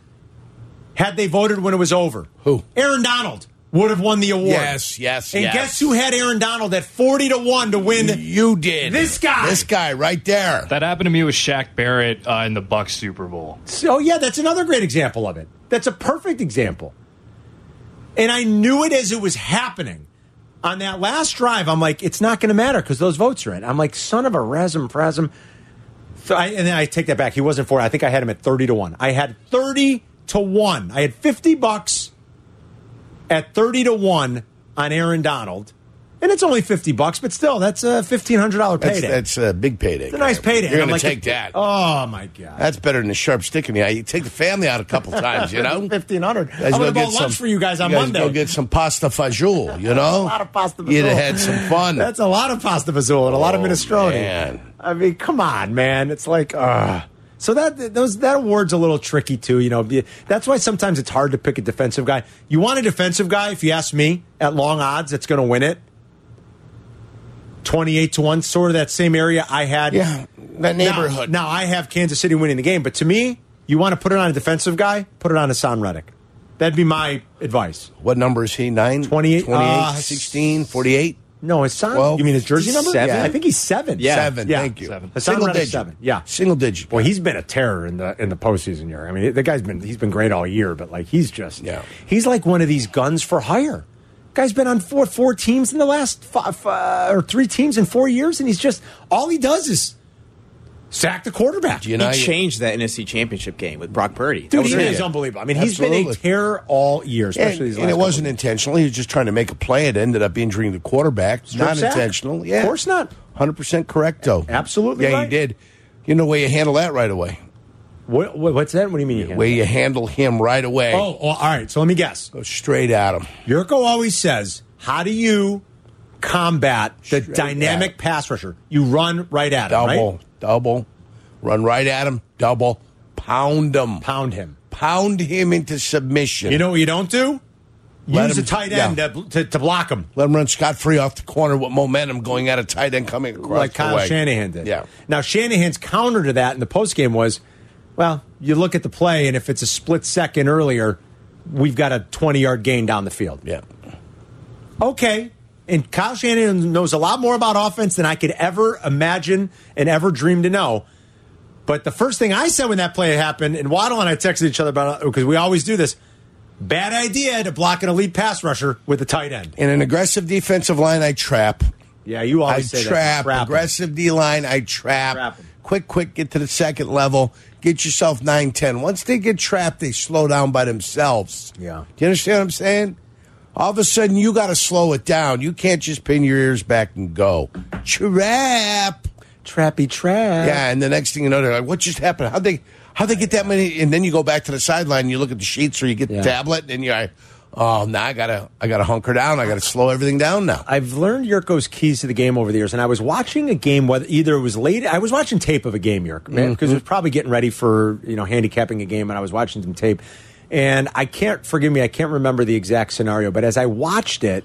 [SPEAKER 3] had they voted when it was over?
[SPEAKER 4] Who?
[SPEAKER 3] Aaron Donald would have won the award.
[SPEAKER 4] Yes, yes,
[SPEAKER 3] And
[SPEAKER 4] yes.
[SPEAKER 3] guess who had Aaron Donald at forty to one to win?
[SPEAKER 4] You did.
[SPEAKER 3] This guy.
[SPEAKER 4] This guy right there.
[SPEAKER 5] That happened to me with Shaq Barrett uh, in the Bucks Super Bowl.
[SPEAKER 3] So yeah, that's another great example of it. That's a perfect example. And I knew it as it was happening. On that last drive, I'm like, it's not going to matter because those votes are in. I'm like, son of a rasm prasm. So I, and then I take that back. He wasn't for. I think I had him at thirty to one. I had thirty to one. I had fifty bucks at thirty to one on Aaron Donald, and it's only fifty bucks, but still, that's a fifteen hundred dollar
[SPEAKER 4] That's,
[SPEAKER 3] payday.
[SPEAKER 4] that's a big payday.
[SPEAKER 3] it's a nice payday.
[SPEAKER 4] You're
[SPEAKER 3] I'm
[SPEAKER 4] going
[SPEAKER 3] like,
[SPEAKER 4] to take that.
[SPEAKER 3] Oh my god.
[SPEAKER 4] That's better than a sharp stick in the eye. You take the family out a couple times, you know?
[SPEAKER 3] fifteen hundred.
[SPEAKER 4] Guys
[SPEAKER 3] I'm
[SPEAKER 4] go
[SPEAKER 3] gonna
[SPEAKER 4] get
[SPEAKER 3] buy lunch
[SPEAKER 4] some-
[SPEAKER 3] for you guys on Monday.
[SPEAKER 4] Go get some pasta fagioli, you know? a
[SPEAKER 3] lot of pasta
[SPEAKER 4] You'd
[SPEAKER 3] fagioli.
[SPEAKER 4] have had some fun.
[SPEAKER 3] That's a lot of pasta fazool and a lot of
[SPEAKER 4] Oh,
[SPEAKER 3] minestrone.
[SPEAKER 4] man.
[SPEAKER 3] I mean, come on, man. It's like, uh so that those that award's a little tricky too. You know, Be- that's why sometimes it's hard to pick a defensive guy. You want a defensive guy, if you ask me, at long odds, that's going to win it. Twenty-eight to one, sort of that same area I had.
[SPEAKER 4] yeah, that
[SPEAKER 3] Now-
[SPEAKER 4] neighborhood.
[SPEAKER 3] Now, I have Kansas City winning the game, but to me, you want to put it on a defensive guy, put it on Hassan Reddick. That'd be my advice.
[SPEAKER 4] What number is he? 9?
[SPEAKER 3] 28,
[SPEAKER 4] 28,
[SPEAKER 3] uh,
[SPEAKER 4] 16, 48?
[SPEAKER 3] No, Hassan.
[SPEAKER 4] Well,
[SPEAKER 3] you mean his jersey number?
[SPEAKER 4] seven?
[SPEAKER 3] Yeah, I think he's seven.
[SPEAKER 4] Seven,
[SPEAKER 3] Yeah.
[SPEAKER 4] thank you.
[SPEAKER 5] Seven.
[SPEAKER 3] Hassan
[SPEAKER 4] Single
[SPEAKER 3] Reddick's
[SPEAKER 4] digit.
[SPEAKER 3] seven. Yeah.
[SPEAKER 4] Single digit.
[SPEAKER 3] Boy, he's been a terror in the in the postseason year. I mean, the guy's been he's been great all year, but like he's just
[SPEAKER 4] Yeah.
[SPEAKER 3] he's like one of these guns for hire. Guy's been on four four teams in the last five uh, or three teams in four years, and he's just all he does is sack the quarterback.
[SPEAKER 4] you know,
[SPEAKER 10] he changed that NFC Championship game with Brock Purdy. That
[SPEAKER 3] Dude,
[SPEAKER 10] was
[SPEAKER 3] he
[SPEAKER 10] it.
[SPEAKER 3] is unbelievable. I mean, he's been
[SPEAKER 4] Absolutely.
[SPEAKER 3] a terror all year,
[SPEAKER 4] and,
[SPEAKER 3] especially these
[SPEAKER 4] and
[SPEAKER 3] last
[SPEAKER 4] it wasn't
[SPEAKER 3] couple of
[SPEAKER 4] intentional. He was just trying to make a play. It ended up injuring the quarterback.
[SPEAKER 3] Strip
[SPEAKER 4] not
[SPEAKER 3] sack.
[SPEAKER 4] intentional.
[SPEAKER 3] Of
[SPEAKER 4] Yeah,
[SPEAKER 3] course not.
[SPEAKER 4] Hundred percent correct though.
[SPEAKER 3] Absolutely
[SPEAKER 4] Yeah,
[SPEAKER 3] right.
[SPEAKER 4] he did. You know the way you handle that right away.
[SPEAKER 3] What, what- what's that? What do you mean? You
[SPEAKER 4] Where you handle him right away.
[SPEAKER 3] Oh, well, all right. So let me guess.
[SPEAKER 4] Go straight at him.
[SPEAKER 3] Yurko always says, "How do you combat the
[SPEAKER 4] Straight at
[SPEAKER 3] dynamic pass rusher? You run right at him,
[SPEAKER 4] Double,
[SPEAKER 3] right?
[SPEAKER 4] double. Run right at him. Double. Pound him.
[SPEAKER 3] Pound him.
[SPEAKER 4] Pound him into submission.
[SPEAKER 3] You know what you don't do?
[SPEAKER 4] Let
[SPEAKER 3] Use
[SPEAKER 4] him-
[SPEAKER 3] a tight
[SPEAKER 4] yeah.
[SPEAKER 3] end to, to, to block him,
[SPEAKER 4] Let him run scot free off the corner with momentum going out of tight end coming across
[SPEAKER 3] like
[SPEAKER 4] the
[SPEAKER 3] Kyle
[SPEAKER 4] way.
[SPEAKER 3] Shanahan did.
[SPEAKER 4] Yeah.
[SPEAKER 3] Now Shanahan's counter to that in the postgame was, well, you look at the play, and if it's a split second earlier, we've got a twenty-yard gain down the field.
[SPEAKER 4] Yeah.
[SPEAKER 3] okay. And Kyle Shanahan knows a lot more about offense than I could ever imagine and ever dream to know. But the first thing I said when that play happened, and Waddle and I texted each other about it because we always do this. Bad idea to block an elite pass rusher with a tight end.
[SPEAKER 4] In an aggressive defensive line, I trap.
[SPEAKER 3] Yeah, you
[SPEAKER 4] I
[SPEAKER 3] always say that.
[SPEAKER 4] trap.
[SPEAKER 3] him.
[SPEAKER 4] aggressive D line, I trap.
[SPEAKER 3] Trap 'em.
[SPEAKER 4] Quick, quick, get to the second level. Get yourself 9 10. Once they get trapped, they slow down by themselves.
[SPEAKER 3] Yeah.
[SPEAKER 4] Do you understand what I'm saying? All of a sudden, you got to slow it down. You can't just pin your ears back and go. Trap.
[SPEAKER 3] Trappy trap.
[SPEAKER 4] Yeah, and the next thing you know, they're like, "What just happened? How they how they get that many?" And then you go back to the sideline, you look at the sheets, or you get
[SPEAKER 3] Yeah.
[SPEAKER 4] the tablet, and you're like, "Oh, now I gotta I gotta hunker down. I gotta slow everything down now."
[SPEAKER 3] I've learned Yurko's keys to the game over the years, and I was watching a game whether either it was late. I was watching tape of a game, Yurko, man, because it was probably getting ready for you know handicapping a game, and I was watching some tape. And I can't forgive me, I can't remember the exact scenario, but as I watched it,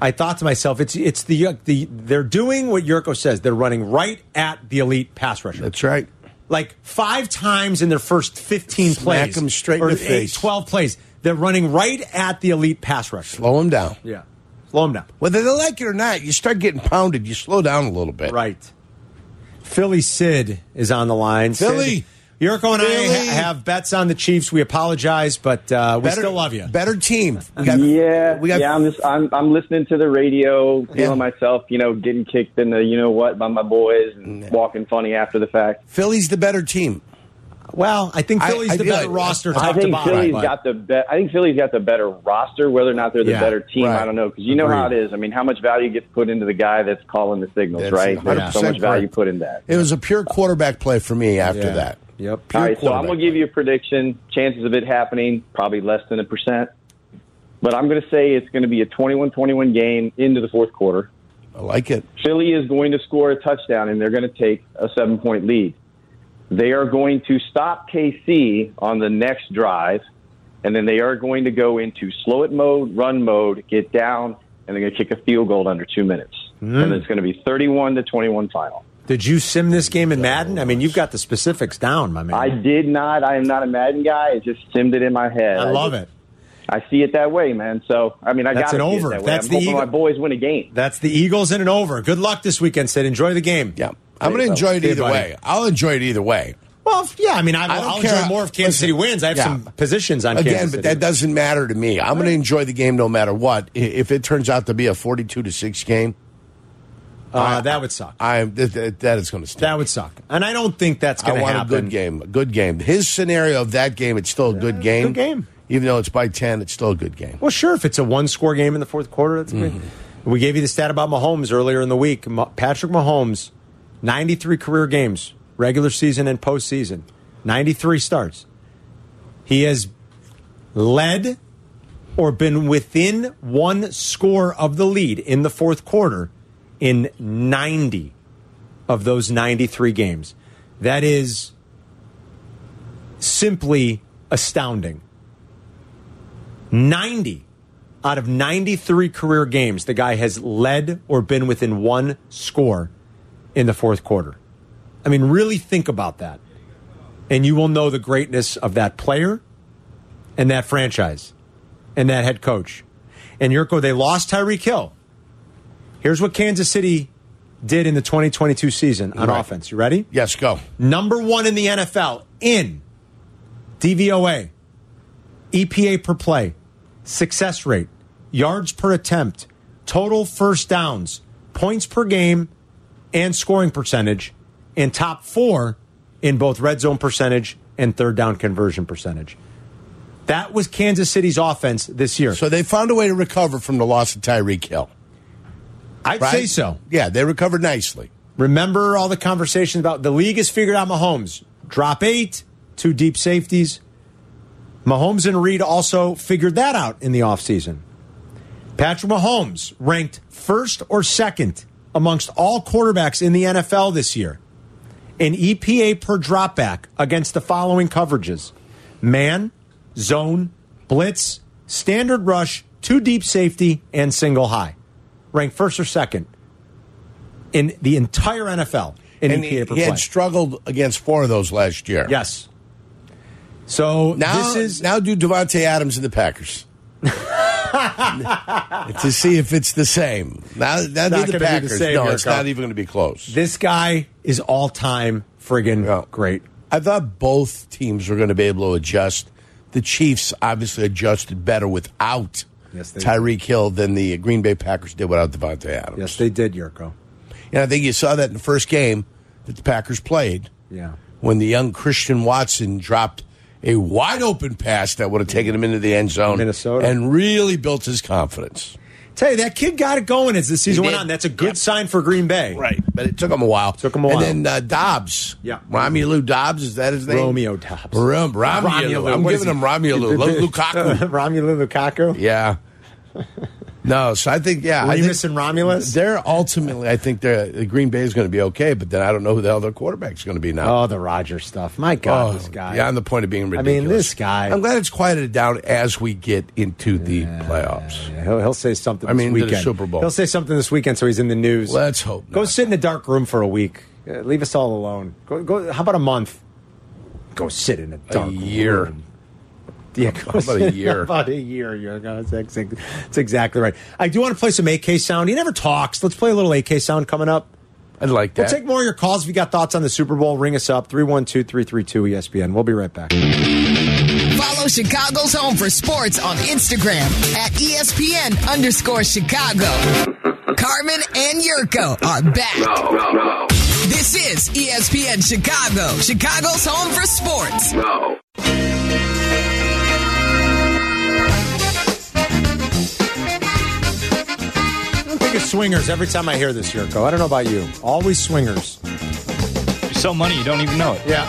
[SPEAKER 3] I thought to myself, it's it's the the they're doing what Yurko says. They're running right at the elite pass rusher
[SPEAKER 4] That's right.
[SPEAKER 3] like five times in their first 15
[SPEAKER 4] Smack
[SPEAKER 3] plays.
[SPEAKER 4] 'em straight in
[SPEAKER 3] or
[SPEAKER 4] the face.
[SPEAKER 3] 12 plays. They're running right at the elite pass rusher.
[SPEAKER 4] Slow them down.
[SPEAKER 3] Yeah. Slow them down.
[SPEAKER 4] Whether they like it or not, you start getting pounded. You slow down a little bit.
[SPEAKER 3] Right. Philly Sid is on the line. Sid,
[SPEAKER 4] Philly.
[SPEAKER 3] Yurko and I
[SPEAKER 4] Philly.
[SPEAKER 3] ha- have bets on the Chiefs. We apologize, but uh, we
[SPEAKER 4] Better-
[SPEAKER 3] still love you.
[SPEAKER 4] Better team. We got-
[SPEAKER 11] yeah,
[SPEAKER 4] we got
[SPEAKER 11] yeah. I'm just uh, I'm I'm listening to the radio, feeling
[SPEAKER 4] Yeah.
[SPEAKER 11] myself, you know, getting kicked in the you know what by my boys and walking funny after the fact.
[SPEAKER 4] Philly's the better team.
[SPEAKER 3] Well, I think
[SPEAKER 4] I-
[SPEAKER 3] Philly's
[SPEAKER 4] I
[SPEAKER 3] the
[SPEAKER 4] do-
[SPEAKER 3] better
[SPEAKER 4] I-
[SPEAKER 3] roster,
[SPEAKER 11] I
[SPEAKER 3] top to
[SPEAKER 11] think
[SPEAKER 3] bottom.
[SPEAKER 11] Philly's
[SPEAKER 3] but-
[SPEAKER 11] got the be- I think Philly's got the better roster. Whether or not they're the
[SPEAKER 3] Yeah,
[SPEAKER 11] better team,
[SPEAKER 4] right.
[SPEAKER 11] I don't know because you know how it
[SPEAKER 3] Agreed.
[SPEAKER 11] is. I mean, how much value gets put into the guy that's calling the signals,
[SPEAKER 4] That's
[SPEAKER 11] right? There's so
[SPEAKER 4] 100%
[SPEAKER 11] much value
[SPEAKER 4] correct.
[SPEAKER 11] put in that.
[SPEAKER 4] It was a pure quarterback play for me after
[SPEAKER 3] Yeah.
[SPEAKER 4] that.
[SPEAKER 3] Yep.
[SPEAKER 11] All
[SPEAKER 4] Pure
[SPEAKER 11] right, so I'm
[SPEAKER 4] quarterback
[SPEAKER 11] going to give you a prediction. Chances of it happening, probably less than a percent. But I'm going to say it's going to be a 21 21 game into the fourth quarter.
[SPEAKER 4] play. I like it.
[SPEAKER 11] Philly is going to score a touchdown, and they're going to take a seven point lead. They are going to stop KC on the next drive, and then they are going to go into slow it mode, run mode, get down, and they're going to kick a field goal under two minutes.
[SPEAKER 3] Mm-hmm.
[SPEAKER 11] And it's going to be 31 to 21 final.
[SPEAKER 3] Did you sim this game in Madden? I mean, you've got the specifics down, my man.
[SPEAKER 11] I did not. I am not a Madden guy. It just simmed it in my head.
[SPEAKER 3] I love
[SPEAKER 11] just-
[SPEAKER 3] it.
[SPEAKER 11] I see it that way, man. So I mean, I
[SPEAKER 3] That's
[SPEAKER 11] got
[SPEAKER 3] an
[SPEAKER 11] it
[SPEAKER 3] over.
[SPEAKER 11] That way.
[SPEAKER 3] That's
[SPEAKER 11] I'm
[SPEAKER 3] the
[SPEAKER 11] hoping
[SPEAKER 3] Eagle-
[SPEAKER 11] my boys win a game.
[SPEAKER 3] That's the Eagles in and over. Good luck this weekend, Sid. Enjoy the game.
[SPEAKER 4] Yeah. I'm going to enjoy it
[SPEAKER 3] Hey,
[SPEAKER 4] either
[SPEAKER 3] buddy.
[SPEAKER 4] way. I'll enjoy it either way.
[SPEAKER 3] Well, if- yeah. I mean, I,
[SPEAKER 4] I don't
[SPEAKER 3] will
[SPEAKER 4] care.
[SPEAKER 3] enjoy more if Kansas
[SPEAKER 4] Listen,
[SPEAKER 3] City wins. I have
[SPEAKER 4] yeah.
[SPEAKER 3] some positions on
[SPEAKER 4] Again,
[SPEAKER 3] Kansas
[SPEAKER 4] but
[SPEAKER 3] City.
[SPEAKER 4] that doesn't matter to me. I'm going to enjoy the game no matter what. I- If it turns out to be a 42 to 6 game,
[SPEAKER 3] uh, that would suck.
[SPEAKER 4] I'm th- th- that is going to stay.
[SPEAKER 3] That would suck. And I don't think that's
[SPEAKER 4] I
[SPEAKER 3] going to
[SPEAKER 4] want
[SPEAKER 3] happen.
[SPEAKER 4] a good game. A good game. His scenario of that game, it's still a good game.
[SPEAKER 3] good game.
[SPEAKER 4] Even though it's by 10, it's still a good game.
[SPEAKER 3] Well, sure, if it's a one-score game in the fourth quarter, that's great. We gave you the stat about Mahomes earlier in the week. Ma- Patrick Mahomes, 93 career games, regular season and postseason, 93 starts. He has led or been within one score of the lead in the fourth quarter in 90 of those 93 games. That is simply astounding. 90 out of 93 career games, the guy has led or been within one score in the fourth quarter. I mean, really think about that. And you will know the greatness of that player and that franchise and that head coach. And Yurko, they lost Tyreek Hill. Here's what Kansas City did in the 2022 season on
[SPEAKER 4] Right.
[SPEAKER 3] offense. You ready?
[SPEAKER 4] Yes, go.
[SPEAKER 3] number one in the NFL in DVOA, EPA E per play, success rate, yards per attempt, total first downs, points per game, and scoring percentage, and top four in both red zone percentage and third down conversion percentage. That was Kansas City's offense this year.
[SPEAKER 4] So they found a way to recover from the loss of Tyreek Hill.
[SPEAKER 3] I'd
[SPEAKER 4] Right?
[SPEAKER 3] say so.
[SPEAKER 4] Yeah, they recovered nicely.
[SPEAKER 3] Remember all the conversations about the league has figured out Mahomes. Drop eight, two deep safeties. Mahomes and Reed also figured that out in the offseason. Patrick Mahomes ranked first or second amongst all quarterbacks in the NFL this year in EPA per dropback against the following coverages man, zone, blitz, standard rush, two deep safety, and single high. Ranked first or second in the entire NFL in
[SPEAKER 4] and
[SPEAKER 3] EPA
[SPEAKER 4] he,
[SPEAKER 3] per
[SPEAKER 4] he
[SPEAKER 3] play.
[SPEAKER 4] had struggled against four of those last year.
[SPEAKER 3] Yes. So
[SPEAKER 4] now,
[SPEAKER 3] this is-
[SPEAKER 4] now do Devontae Adams and the Packers to see if it's the same. Now, now
[SPEAKER 3] not gonna be
[SPEAKER 4] do the
[SPEAKER 3] the
[SPEAKER 4] Packers.
[SPEAKER 3] same,
[SPEAKER 4] no, it's
[SPEAKER 3] Yurko.
[SPEAKER 4] not even going to be close.
[SPEAKER 3] This guy is all time friggin' great.
[SPEAKER 4] I thought both teams were going to be able to adjust. The Chiefs obviously adjusted better without
[SPEAKER 3] Yes, they
[SPEAKER 4] Tyreek Hill than the Green Bay Packers did without Devontae Adams.
[SPEAKER 3] Yes, they did, Yurko.
[SPEAKER 4] And I think you saw that in the first game that the Packers played
[SPEAKER 3] Yeah.
[SPEAKER 4] when the young Christian Watson dropped a wide open pass that would have taken him into the end zone
[SPEAKER 3] Minnesota.
[SPEAKER 4] and really built his confidence.
[SPEAKER 3] Tell you, that kid got it going as the season went
[SPEAKER 4] did.
[SPEAKER 3] on. That's a good sign for Green Bay.
[SPEAKER 4] Right. But it took him a while. Took
[SPEAKER 3] him a while.
[SPEAKER 4] And then uh, Dobbs.
[SPEAKER 3] Yeah.
[SPEAKER 4] Romelu Dobbs, is that his name?
[SPEAKER 3] Romeo Dobbs.
[SPEAKER 4] Rom- Romelu. I'm
[SPEAKER 3] What is
[SPEAKER 4] giving him
[SPEAKER 3] he?
[SPEAKER 4] Romelu. Lu- Lukaku.
[SPEAKER 3] Romelu Lukaku.
[SPEAKER 4] Yeah. No, so I think, yeah. I think
[SPEAKER 3] Remus and Romulus.
[SPEAKER 4] They're ultimately, I think they're, the Green Bay is going to be okay, but then I don't know who the hell their quarterback's going to be now.
[SPEAKER 3] Oh, the Roger stuff. My God, this guy.
[SPEAKER 4] Beyond Oh, the point of being
[SPEAKER 3] I
[SPEAKER 4] ridiculous.
[SPEAKER 3] mean, this guy.
[SPEAKER 4] I'm glad it's quieted down as we get into the playoffs.
[SPEAKER 3] he'll, he'll say something.
[SPEAKER 4] I mean,
[SPEAKER 3] this
[SPEAKER 4] to the
[SPEAKER 3] weekend.
[SPEAKER 4] Super Bowl.
[SPEAKER 3] He'll say something this weekend, so he's in the news.
[SPEAKER 4] Let's hope.
[SPEAKER 3] go sit in a dark room for a week. Uh, leave us all alone. Go, go. How about a month? Go sit in a dark
[SPEAKER 4] A year.
[SPEAKER 3] room. Yeah, go
[SPEAKER 4] How about a
[SPEAKER 3] sit-
[SPEAKER 4] year?
[SPEAKER 3] About a year. You're gonna- That's ex- that's exactly right. I do want to play some AK sound. He never talks. Let's play a little AK sound coming up.
[SPEAKER 4] I'd like that.
[SPEAKER 3] We'll take more of your calls if you got thoughts on the Super Bowl. Ring us up 312 332 ESPN. We'll be right back.
[SPEAKER 9] Follow Chicago's Home for Sports on Instagram at E ESPN underscore Chicago. Carmen and Yurko are back. This is E ESPN Chicago, Chicago's Home for Sports.
[SPEAKER 3] I think of swingers every time I hear this, Yurko. I don't know about you. Always swingers.
[SPEAKER 5] You sell money, you don't even know it.
[SPEAKER 3] Yeah.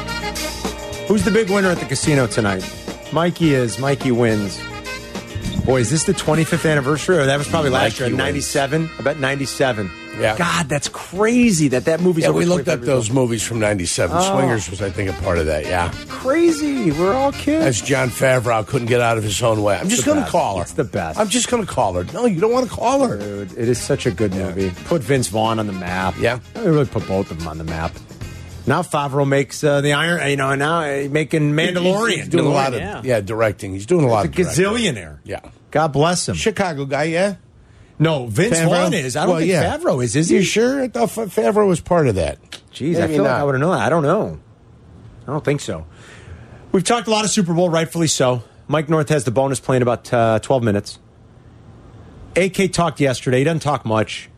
[SPEAKER 3] Who's the big winner at the casino tonight? Mikey is. Mikey wins. Boy, is this the 25th anniversary? Or that was probably last
[SPEAKER 4] Mikey
[SPEAKER 3] year,
[SPEAKER 4] wins.
[SPEAKER 3] 97? I bet 97.
[SPEAKER 4] Yeah.
[SPEAKER 3] God, that's crazy that that movie's
[SPEAKER 4] Yeah,
[SPEAKER 3] over
[SPEAKER 4] we looked
[SPEAKER 3] 25
[SPEAKER 4] up
[SPEAKER 3] years
[SPEAKER 4] those movies from '97.
[SPEAKER 3] Oh.
[SPEAKER 4] Swingers was, I think, a part of that. Yeah,
[SPEAKER 3] old. Crazy. We're all kids.
[SPEAKER 4] as John Favreau couldn't get out of his own way. I'm
[SPEAKER 3] It's
[SPEAKER 4] just
[SPEAKER 3] the
[SPEAKER 4] going to
[SPEAKER 3] best.
[SPEAKER 4] call her.
[SPEAKER 3] It's the best.
[SPEAKER 4] I'm just going to call her. No, you don't want to call her.
[SPEAKER 3] Dude, it is such a good movie. Put Vince Vaughn on the map.
[SPEAKER 4] Yeah.
[SPEAKER 3] They really put both of them on the map. Now Favreau makes uh, the Iron, you know, and now uh, making Mandalorian.
[SPEAKER 4] He's doing a lot of yeah.
[SPEAKER 10] yeah.
[SPEAKER 4] directing. He's doing a lot
[SPEAKER 3] a
[SPEAKER 4] of directing.
[SPEAKER 3] gazillionaire.
[SPEAKER 4] Yeah,
[SPEAKER 3] God bless him.
[SPEAKER 4] Chicago guy. Yeah,
[SPEAKER 3] No, Vince
[SPEAKER 4] Favreau?
[SPEAKER 3] Vaughn is. I don't
[SPEAKER 4] Well,
[SPEAKER 3] think
[SPEAKER 4] yeah.
[SPEAKER 3] Favreau is, is
[SPEAKER 4] you
[SPEAKER 3] he?
[SPEAKER 4] sure? I thought Fa- Favreau was part of that.
[SPEAKER 3] Jeez, I
[SPEAKER 4] Maybe
[SPEAKER 3] feel like
[SPEAKER 4] not.
[SPEAKER 3] I would have known that. I don't know. I don't think so. We've talked a lot of Super Bowl, rightfully so. Mike North has the bonus play in about uh, 12 minutes. AK talked yesterday. He doesn't talk much.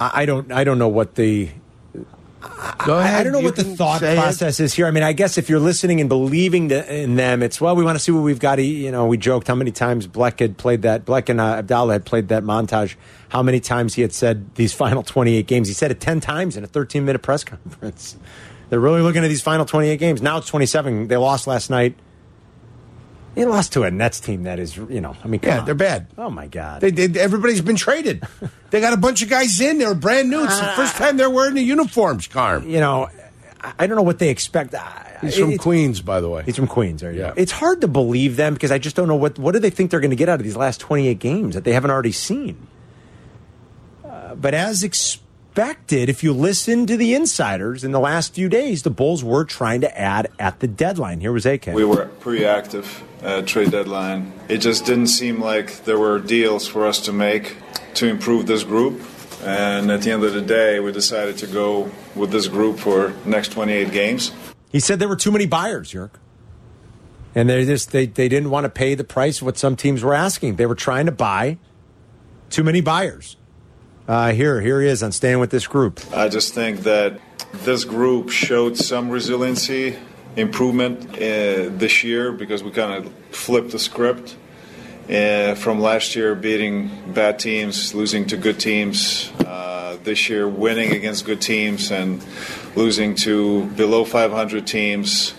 [SPEAKER 3] I, I don't. I don't know what the.
[SPEAKER 4] Go ahead.
[SPEAKER 3] I don't know
[SPEAKER 4] You
[SPEAKER 3] what the
[SPEAKER 4] can
[SPEAKER 3] thought
[SPEAKER 4] say it.
[SPEAKER 3] process is here. I mean, I guess if you're listening and believing the, in them, it's well, we want to see what we've got. To, you know, we joked how many times Bleck had played that. Bleck and uh, Abdallah had played that montage. How many times he had said these final 28 games? He said it 10 times in a 13 minute press conference. They're really looking at these final 28 games. Now it's 27. They lost last night. They lost to a Nets team that is, you know, I mean, come
[SPEAKER 4] Yeah,
[SPEAKER 3] on.
[SPEAKER 4] they're bad.
[SPEAKER 3] Oh my God.
[SPEAKER 4] They, they, everybody's been traded. they got a bunch of guys in. They're brand new. It's the first time they're wearing the uniforms. Carm.
[SPEAKER 3] you know, I- I don't know what they expect. I-
[SPEAKER 4] He's from
[SPEAKER 3] it's-
[SPEAKER 4] Queens, by the way.
[SPEAKER 3] He's from Queens. There you
[SPEAKER 4] Yeah.
[SPEAKER 3] go. It's hard to believe them because I just don't know what what do they think they're going to get out of these last 28 games that they haven't already seen. Uh, but as expected, if you listen to the insiders in the last few days, the Bulls were trying to add at the deadline. Here was AK.
[SPEAKER 11] We were pretty active at trade deadline. It just didn't seem like there were deals for us to make to improve this group. And at the end of the day, we decided to go with this group for next 28 games.
[SPEAKER 3] He said there were too many buyers, Yerk. And they just they, they didn't want to pay the price of what some teams were asking. They were trying to buy too many buyers. Uh, here, here he is on staying with this group.
[SPEAKER 11] I just think that this group showed some resiliency, improvement uh, this year because we kind of flipped the script uh, from last year beating bad teams, losing to good teams. Uh, this year, winning against good teams and losing to below 500 teams.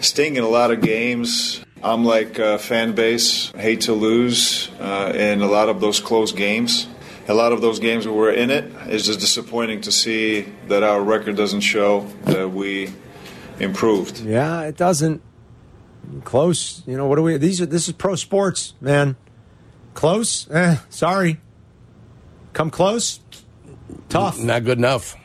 [SPEAKER 11] staying in a lot of games. I'm like a fan base, hate to lose uh, in a lot of those close games. A lot of those games where we're in it, it's just disappointing to see that our record doesn't show that we improved.
[SPEAKER 3] Yeah, it doesn't. Close. You know what are we? These are this is pro sports, man. Close. Eh, sorry. Come close. Tough.
[SPEAKER 4] Not good enough.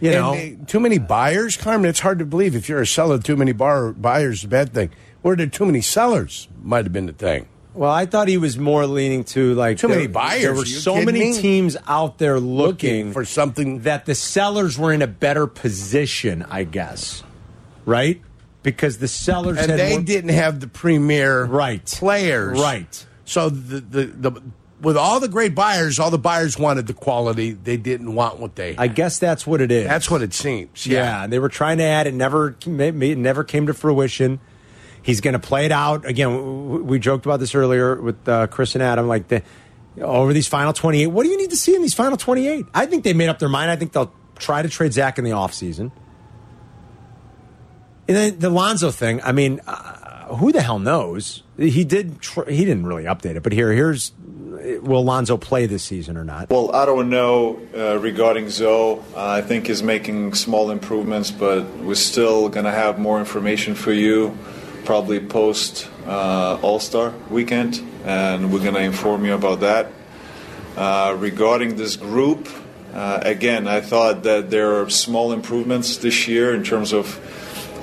[SPEAKER 3] You know.
[SPEAKER 4] And, uh, too many buyers, Carmen. It's hard to believe if you're a seller, too many bar- buyers is a bad thing. Where there too many sellers might have been the thing.
[SPEAKER 3] Well, I thought he was more leaning to like
[SPEAKER 4] Too many
[SPEAKER 3] there-
[SPEAKER 4] buyers.
[SPEAKER 3] There were
[SPEAKER 4] Are you
[SPEAKER 3] so
[SPEAKER 4] kidding
[SPEAKER 3] many
[SPEAKER 4] me?
[SPEAKER 3] teams out there looking,
[SPEAKER 4] for something
[SPEAKER 3] that the sellers were in a better position, I guess. Right? Because the sellers
[SPEAKER 4] and
[SPEAKER 3] had
[SPEAKER 4] they
[SPEAKER 3] more-
[SPEAKER 4] didn't have the premier
[SPEAKER 3] right
[SPEAKER 4] players
[SPEAKER 3] Right.
[SPEAKER 4] So the, the the with all the great buyers, all the buyers wanted the quality. They didn't want what they.
[SPEAKER 3] I guess that's what it is.
[SPEAKER 4] That's what it seems.
[SPEAKER 3] Yeah,
[SPEAKER 4] Yeah.
[SPEAKER 3] and they were trying to add it. Never, ma- ma- it never came to fruition. He's going to play it out again. w- w- We joked about this earlier with uh, Chris and Adam. Like the over these final twenty eight, what do you need to see in these final twenty eight? I think they made up their mind. I think they'll try to trade Zach in the offseason. And then the Lonzo thing. I mean, uh, who the hell knows? He did. Tr- he didn't really update it, but here, here's will Lonzo play this season or not?
[SPEAKER 11] Well, I don't know uh, regarding Zoe. Uh, I think he's making small improvements, but we're still going to have more information for you probably post uh, All Star weekend, and we're going to inform you about that. Uh, regarding this group, uh, again, I thought that there are small improvements this year in terms of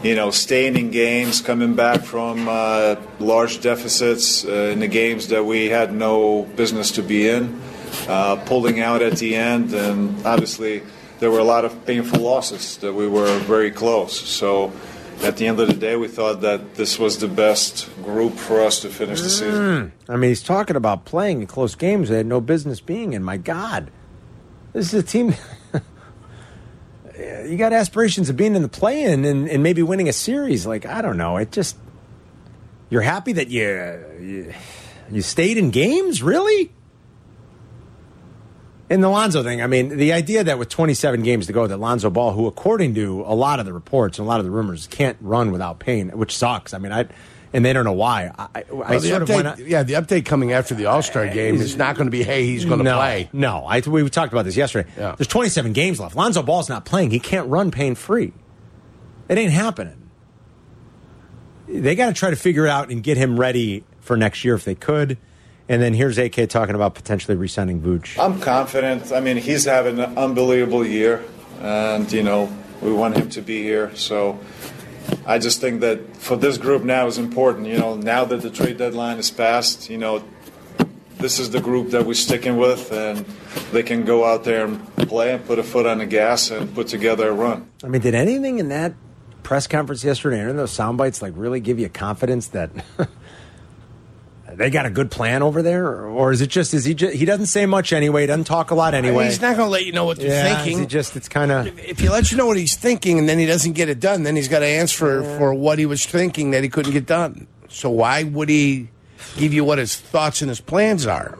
[SPEAKER 11] you know, staying in games, coming back from uh, large deficits uh, in the games that we had no business to be in, uh, pulling out at the end, and obviously there were a lot of painful losses that we were very close. So at the end of the day, we thought that this was the best group for us to finish the season.
[SPEAKER 3] Mm. I mean, he's talking about playing in close games they had no business being in. My God, this is a team. you got aspirations of being in the play-in and, and maybe winning a series. Like I don't know, it just you're happy that you you, you stayed in games, really. In the Lonzo thing, I mean, the idea that with 27 games to go, that Lonzo Ball, who according to a lot of the reports and a lot of the rumors, can't run without pain, which sucks. I mean, I and they don't know why. I, I, I
[SPEAKER 4] Well, the
[SPEAKER 3] sort of
[SPEAKER 4] update-
[SPEAKER 3] went on-
[SPEAKER 4] yeah, the update coming after the All Star game is not going to be, hey, he's going to
[SPEAKER 3] no,
[SPEAKER 4] play.
[SPEAKER 3] No, I, we talked about this yesterday. There's 27 games left. Lonzo Ball's not playing. He can't run pain free. It ain't happening. They got to try to figure it out and get him ready for next year if they could. And then here's AK talking about potentially resigning Vooch.
[SPEAKER 11] I'm confident. I mean, he's having an unbelievable year, and you know we want him to be here. So I just think that for this group now is important. You know, now that the trade deadline is passed, you know this is the group that we're sticking with, and they can go out there and play and put a foot on the gas and put together a run.
[SPEAKER 3] I mean, did anything in that press conference yesterday, any of those sound bites, like really give you confidence that they got a good plan over there, or is it just is he just, he doesn't say much anyway, doesn't talk a lot anyway?
[SPEAKER 4] He's not going to let you know what you're
[SPEAKER 3] yeah,
[SPEAKER 4] thinking.
[SPEAKER 3] Is he just it's kind of
[SPEAKER 4] if he lets you know what he's thinking and then he doesn't get it done, then he's got to answer for what he was thinking that he couldn't get done. So why would he give you what his thoughts and his plans are?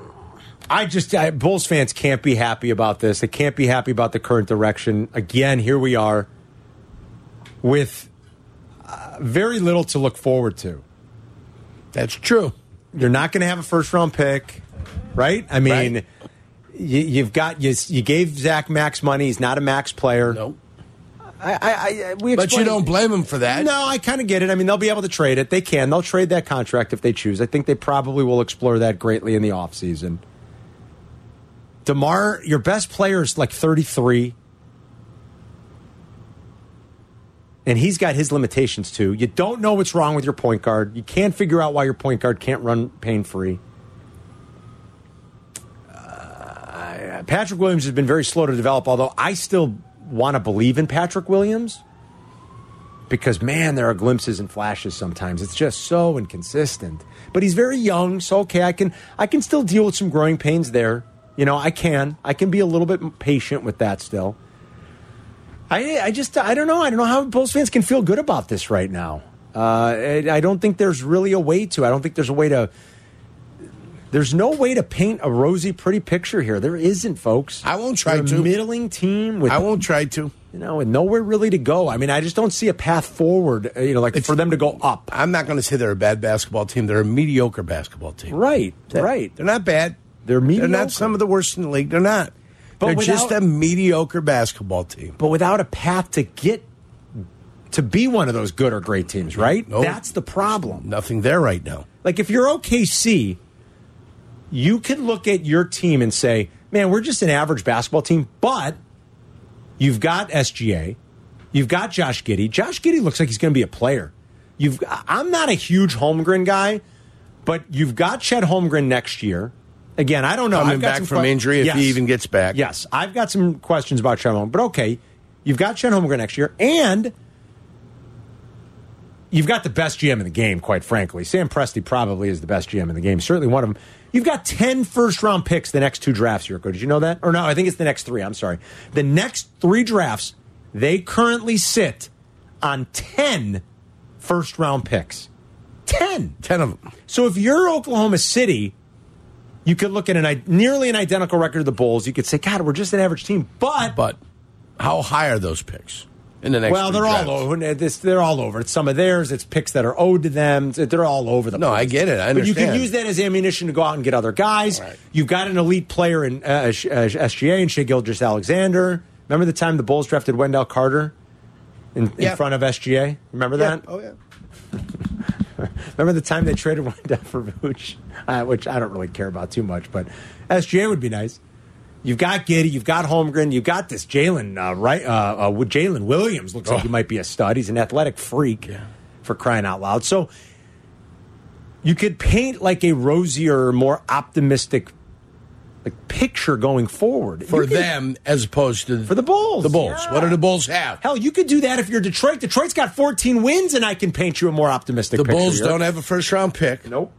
[SPEAKER 3] I just I, Bulls fans can't be happy about this. They can't be happy about the current direction. Again, here we are with uh, very little to look forward to.
[SPEAKER 4] That's true.
[SPEAKER 3] You're not going to have a first round pick, right? I mean, You, you've got you, you gave Zach max money. He's not a max player. No. I, I, I, we
[SPEAKER 4] But you
[SPEAKER 3] explained-
[SPEAKER 4] don't blame him for that.
[SPEAKER 3] No, I kind of get it. I mean, they'll be able to trade it. They can. They'll trade that contract if they choose. I think they probably will explore that greatly in the offseason. DeMar, your best player is like 33. And he's got his limitations too. You don't know what's wrong with your point guard. You can't figure out why your point guard can't run pain free. Uh, Patrick Williams has been very slow to develop, although I still want to believe in Patrick Williams because man, there are glimpses and flashes sometimes. It's just so inconsistent. But he's very young, so okay, I can I can still deal with some growing pains there. You know, I can I can be a little bit patient with that still. I I just I don't know I don't know how Bulls fans can feel good about this right now. Uh, I I don't think there's really a way to. I don't think there's a way to There's no way to paint a rosy, pretty picture here. There isn't, folks. I won't
[SPEAKER 4] try to.
[SPEAKER 3] middling team with. I won't
[SPEAKER 4] try to.
[SPEAKER 3] You know, and nowhere really to go. I mean, I just don't see a path forward. uh, You know, like for them to go up.
[SPEAKER 4] I'm not going to say they're a bad basketball team. They're a mediocre basketball team.
[SPEAKER 3] Right. right.
[SPEAKER 4] They're not bad.
[SPEAKER 3] They're mediocre.
[SPEAKER 4] They're not some of the worst in the league. They're not.
[SPEAKER 3] But
[SPEAKER 4] they're just
[SPEAKER 3] without-
[SPEAKER 4] a mediocre basketball team.
[SPEAKER 3] but without a path to get to be one of those good or great teams, right?
[SPEAKER 4] Nope.
[SPEAKER 3] That's the problem.
[SPEAKER 4] Nothing there right now.
[SPEAKER 3] Like if you're OKC, you can look at your team and say, "Man, we're just an average basketball team," but you've got SGA, you've got Josh Giddy. Josh Giddy looks like he's going to be a player. You've I- I'm not a huge Holmgren guy, but you've got Chet Holmgren next year. Again, I don't know.
[SPEAKER 4] Coming
[SPEAKER 3] I've got
[SPEAKER 4] back
[SPEAKER 3] some
[SPEAKER 4] from injury, if he even gets back.
[SPEAKER 3] Yes, I've got some questions about Chet Holmgren, but okay, you've got Chet Holmgren next year, and you've got the best GM in the game, quite frankly. Sam Presti probably is the best GM in the game, certainly one of them. You've got 10 first round picks the next two drafts, Yurko. Did you know that? Or no, I think it's the next three. I'm sorry. The next three drafts, they currently sit on 10 first round picks. 10.
[SPEAKER 4] 10 of them.
[SPEAKER 3] So if you're Oklahoma City, you could look at an i- nearly an identical record of the Bulls. You could say, God, we're just an average team. But
[SPEAKER 4] but how high are those picks in the next
[SPEAKER 3] Well,
[SPEAKER 4] three
[SPEAKER 3] they're
[SPEAKER 4] drafts?
[SPEAKER 3] all over. This, they're all over. It's some of theirs. It's picks that are owed to them. They're all over the.
[SPEAKER 4] No,
[SPEAKER 3] place.
[SPEAKER 4] I get it. I
[SPEAKER 3] But you can
[SPEAKER 4] understand.
[SPEAKER 3] use that as ammunition to go out and get other guys. You've got an elite player in uh, Sh- uh, SGA and Shea Gilgis Alexander. Remember the time the Bulls drafted Wendell Carter in, in
[SPEAKER 4] Yeah.
[SPEAKER 3] front of SGA? Remember
[SPEAKER 4] Yeah.
[SPEAKER 3] that?
[SPEAKER 4] Oh yeah.
[SPEAKER 3] Remember the time they traded Wendell for Vooch, uh, which I don't really care about too much, but SGA would be nice. You've got Giddy, you've got Holmgren, you've got this Jalen uh, right. Uh, uh, Jalen Williams looks
[SPEAKER 4] Oh.
[SPEAKER 3] like he might be a stud. He's an athletic freak for crying out loud. So you could paint like a rosier, more optimistic like picture going forward
[SPEAKER 4] For
[SPEAKER 3] You could-
[SPEAKER 4] them as opposed to
[SPEAKER 3] for the Bulls.
[SPEAKER 4] The Bulls. What do the Bulls have?
[SPEAKER 3] Hell, you could do that if you're Detroit. Detroit's got 14 wins, and I can paint you a more optimistic.
[SPEAKER 4] The
[SPEAKER 3] picture
[SPEAKER 4] Bulls
[SPEAKER 3] here.
[SPEAKER 4] don't have a first round pick.
[SPEAKER 3] Nope.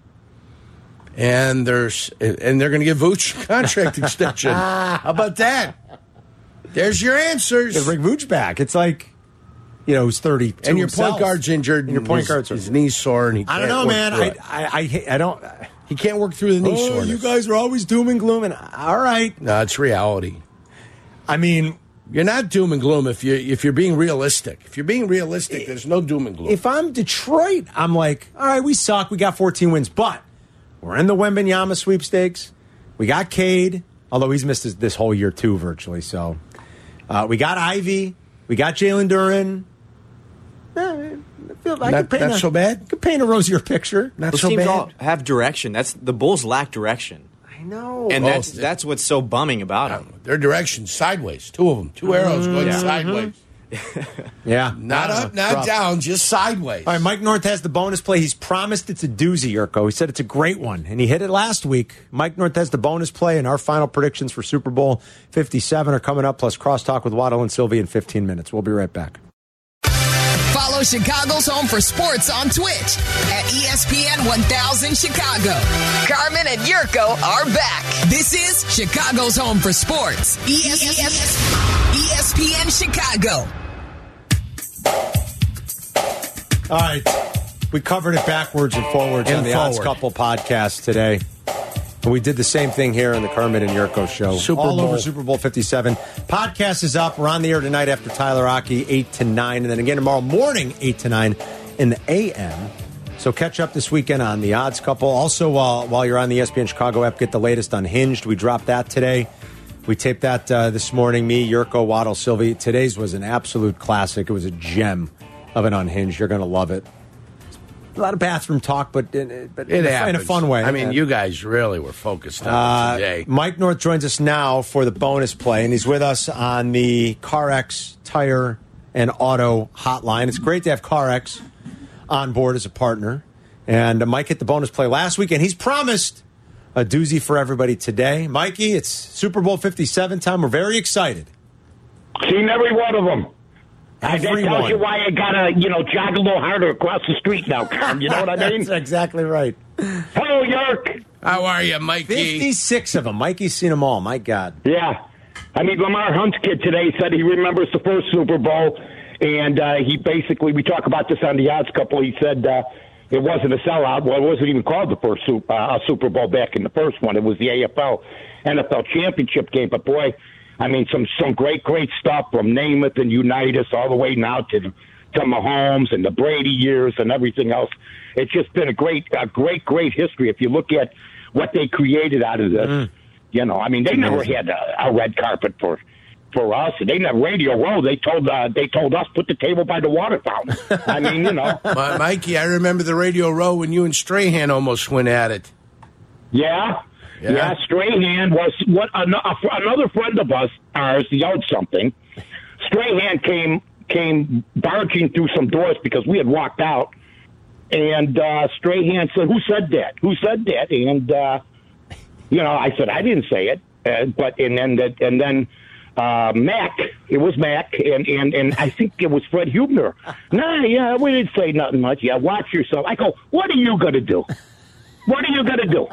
[SPEAKER 4] And there's and they're going to give Vooch a contract extension. How about that? There's your answers.
[SPEAKER 3] They bring Vooch back. It's like, you know, who's thirty,
[SPEAKER 4] and your point guard's injured.
[SPEAKER 3] And your point
[SPEAKER 4] his,
[SPEAKER 3] guard's
[SPEAKER 4] his knee's sore, and he.
[SPEAKER 3] I don't
[SPEAKER 4] can't
[SPEAKER 3] know,
[SPEAKER 4] work
[SPEAKER 3] man.
[SPEAKER 4] through
[SPEAKER 3] I,
[SPEAKER 4] it.
[SPEAKER 3] I, I, I don't.
[SPEAKER 4] he can't work through the knee
[SPEAKER 3] Oh,
[SPEAKER 4] soreness.
[SPEAKER 3] you guys are always doom and gloom, and all right.
[SPEAKER 4] No, it's reality.
[SPEAKER 3] I mean,
[SPEAKER 4] you're not doom and gloom if you if you're being realistic. If you're being realistic, there's no doom and gloom.
[SPEAKER 3] If I'm Detroit, I'm like, all right, we suck. We got 14 wins, but we're in the Wembenyama sweepstakes. We got Cade, although he's missed this, this whole year too, virtually. So uh, we got Ivy. We got Jalen Duran. Eh, I feel- I
[SPEAKER 4] Not-
[SPEAKER 3] could paint
[SPEAKER 4] not
[SPEAKER 3] a-
[SPEAKER 4] so bad?
[SPEAKER 3] Could paint a rosier picture.
[SPEAKER 4] Not
[SPEAKER 10] Those
[SPEAKER 4] so
[SPEAKER 10] teams
[SPEAKER 4] bad.
[SPEAKER 10] all have direction. That's the Bulls lack direction,
[SPEAKER 3] I know.
[SPEAKER 10] and
[SPEAKER 4] Oh,
[SPEAKER 10] that's
[SPEAKER 4] they-
[SPEAKER 10] that's what's so bumming about them.
[SPEAKER 4] Their direction sideways. Two of them. Two arrows going
[SPEAKER 10] Mhm.
[SPEAKER 4] sideways.
[SPEAKER 3] Mm-hmm. Yeah.
[SPEAKER 4] Not up, not
[SPEAKER 3] Rough.
[SPEAKER 4] down, just sideways.
[SPEAKER 3] All right, Mike North has the bonus play. He's promised it's a doozy, Yurko. He said it's a great one, and he hit it last week. Mike North has the bonus play, and our final predictions for Super Bowl 57 are coming up, plus crosstalk with Waddle and Sylvie in 15 minutes. We'll be right back.
[SPEAKER 9] Follow Chicago's Home for Sports on Twitch at ESPN 1000 Chicago. Carmen and Yurko are back. This is Chicago's Home for Sports. E ESPN Chicago.
[SPEAKER 3] All right, we covered it backwards and forwards
[SPEAKER 4] And
[SPEAKER 3] on the Odds
[SPEAKER 4] forward.
[SPEAKER 3] Couple podcast today. And we did the same thing here on the Kermit and Yurko show.
[SPEAKER 4] Super
[SPEAKER 3] All over
[SPEAKER 4] Bowl.
[SPEAKER 3] Super Bowl 57. Podcast is up. We're on the air tonight after Tyler Rocky, 8 to 9. And then again tomorrow morning, 8 to 9 in the AM. So catch up this weekend on the Odds Couple. Also, while, while you're on the E ESPN Chicago app, get the latest on Hinged. We dropped that today. We taped that uh, this morning. Me, Yurko, Waddle, Sylvie. Today's was an absolute classic. It was a gem of an unhinged. You're going to love it. A lot of bathroom talk, but in, but
[SPEAKER 4] It
[SPEAKER 3] in, a, in
[SPEAKER 4] happens.
[SPEAKER 3] a fun way. Uh,
[SPEAKER 4] I mean,
[SPEAKER 3] And-
[SPEAKER 4] you guys really were focused on it today.
[SPEAKER 3] Mike North joins us now for the bonus play, and he's with us on the CarX Tire and Auto Hotline. It's great to have CarX on board as a partner. And uh, Mike hit the bonus play last week, and he's promised a doozy for everybody today. Mikey, it's Super Bowl 57 time. We're very excited.
[SPEAKER 12] Seen every one of them. And that tells you
[SPEAKER 3] Everyone.
[SPEAKER 12] why I gotta, you know, jog a little harder across the street now, Carm. You know what I mean?
[SPEAKER 3] That's exactly right.
[SPEAKER 12] Hello, York.
[SPEAKER 4] How are you, Mikey?
[SPEAKER 3] 56 of them. Mikey's seen them all. My God.
[SPEAKER 12] Yeah. I mean, Lamar Hunt's kid today said he remembers the first Super Bowl, and uh, he basically, we talk about this on the odds couple, he said uh, It wasn't a sellout. Well, it wasn't even called the first Super, uh, Super Bowl back in the first one. It was the AFL NFL Championship game. But boy, I mean, some some great great stuff from Namath and Unitas all the way now to to Mahomes and the Brady years and everything else. It's just been a great a great great history. If you look at what they created out of this, you know, I mean, they never
[SPEAKER 13] Amazing.
[SPEAKER 12] had a, a red carpet for. For us, they never Radio Row. They told uh, they told us put the table by the water fountain. I mean, you know,
[SPEAKER 4] My, Mikey, I remember the radio row when you and Strahan almost went at it.
[SPEAKER 12] Yeah.
[SPEAKER 4] Yeah.
[SPEAKER 12] Yeah. Strahan was what an, a, another friend of us, ours, yelled something. Strahan came came barging through some doors because we had walked out, and uh, Strahan said, "Who said that? Who said that?" And uh, you know, I said I didn't say it, uh, but and then that and then uh, Mac, it was Mac, and and and I think it was Fred Hubner. Nah, yeah, we didn't say nothing much. Yeah, watch yourself. I go, what are you gonna do? What are you gonna do?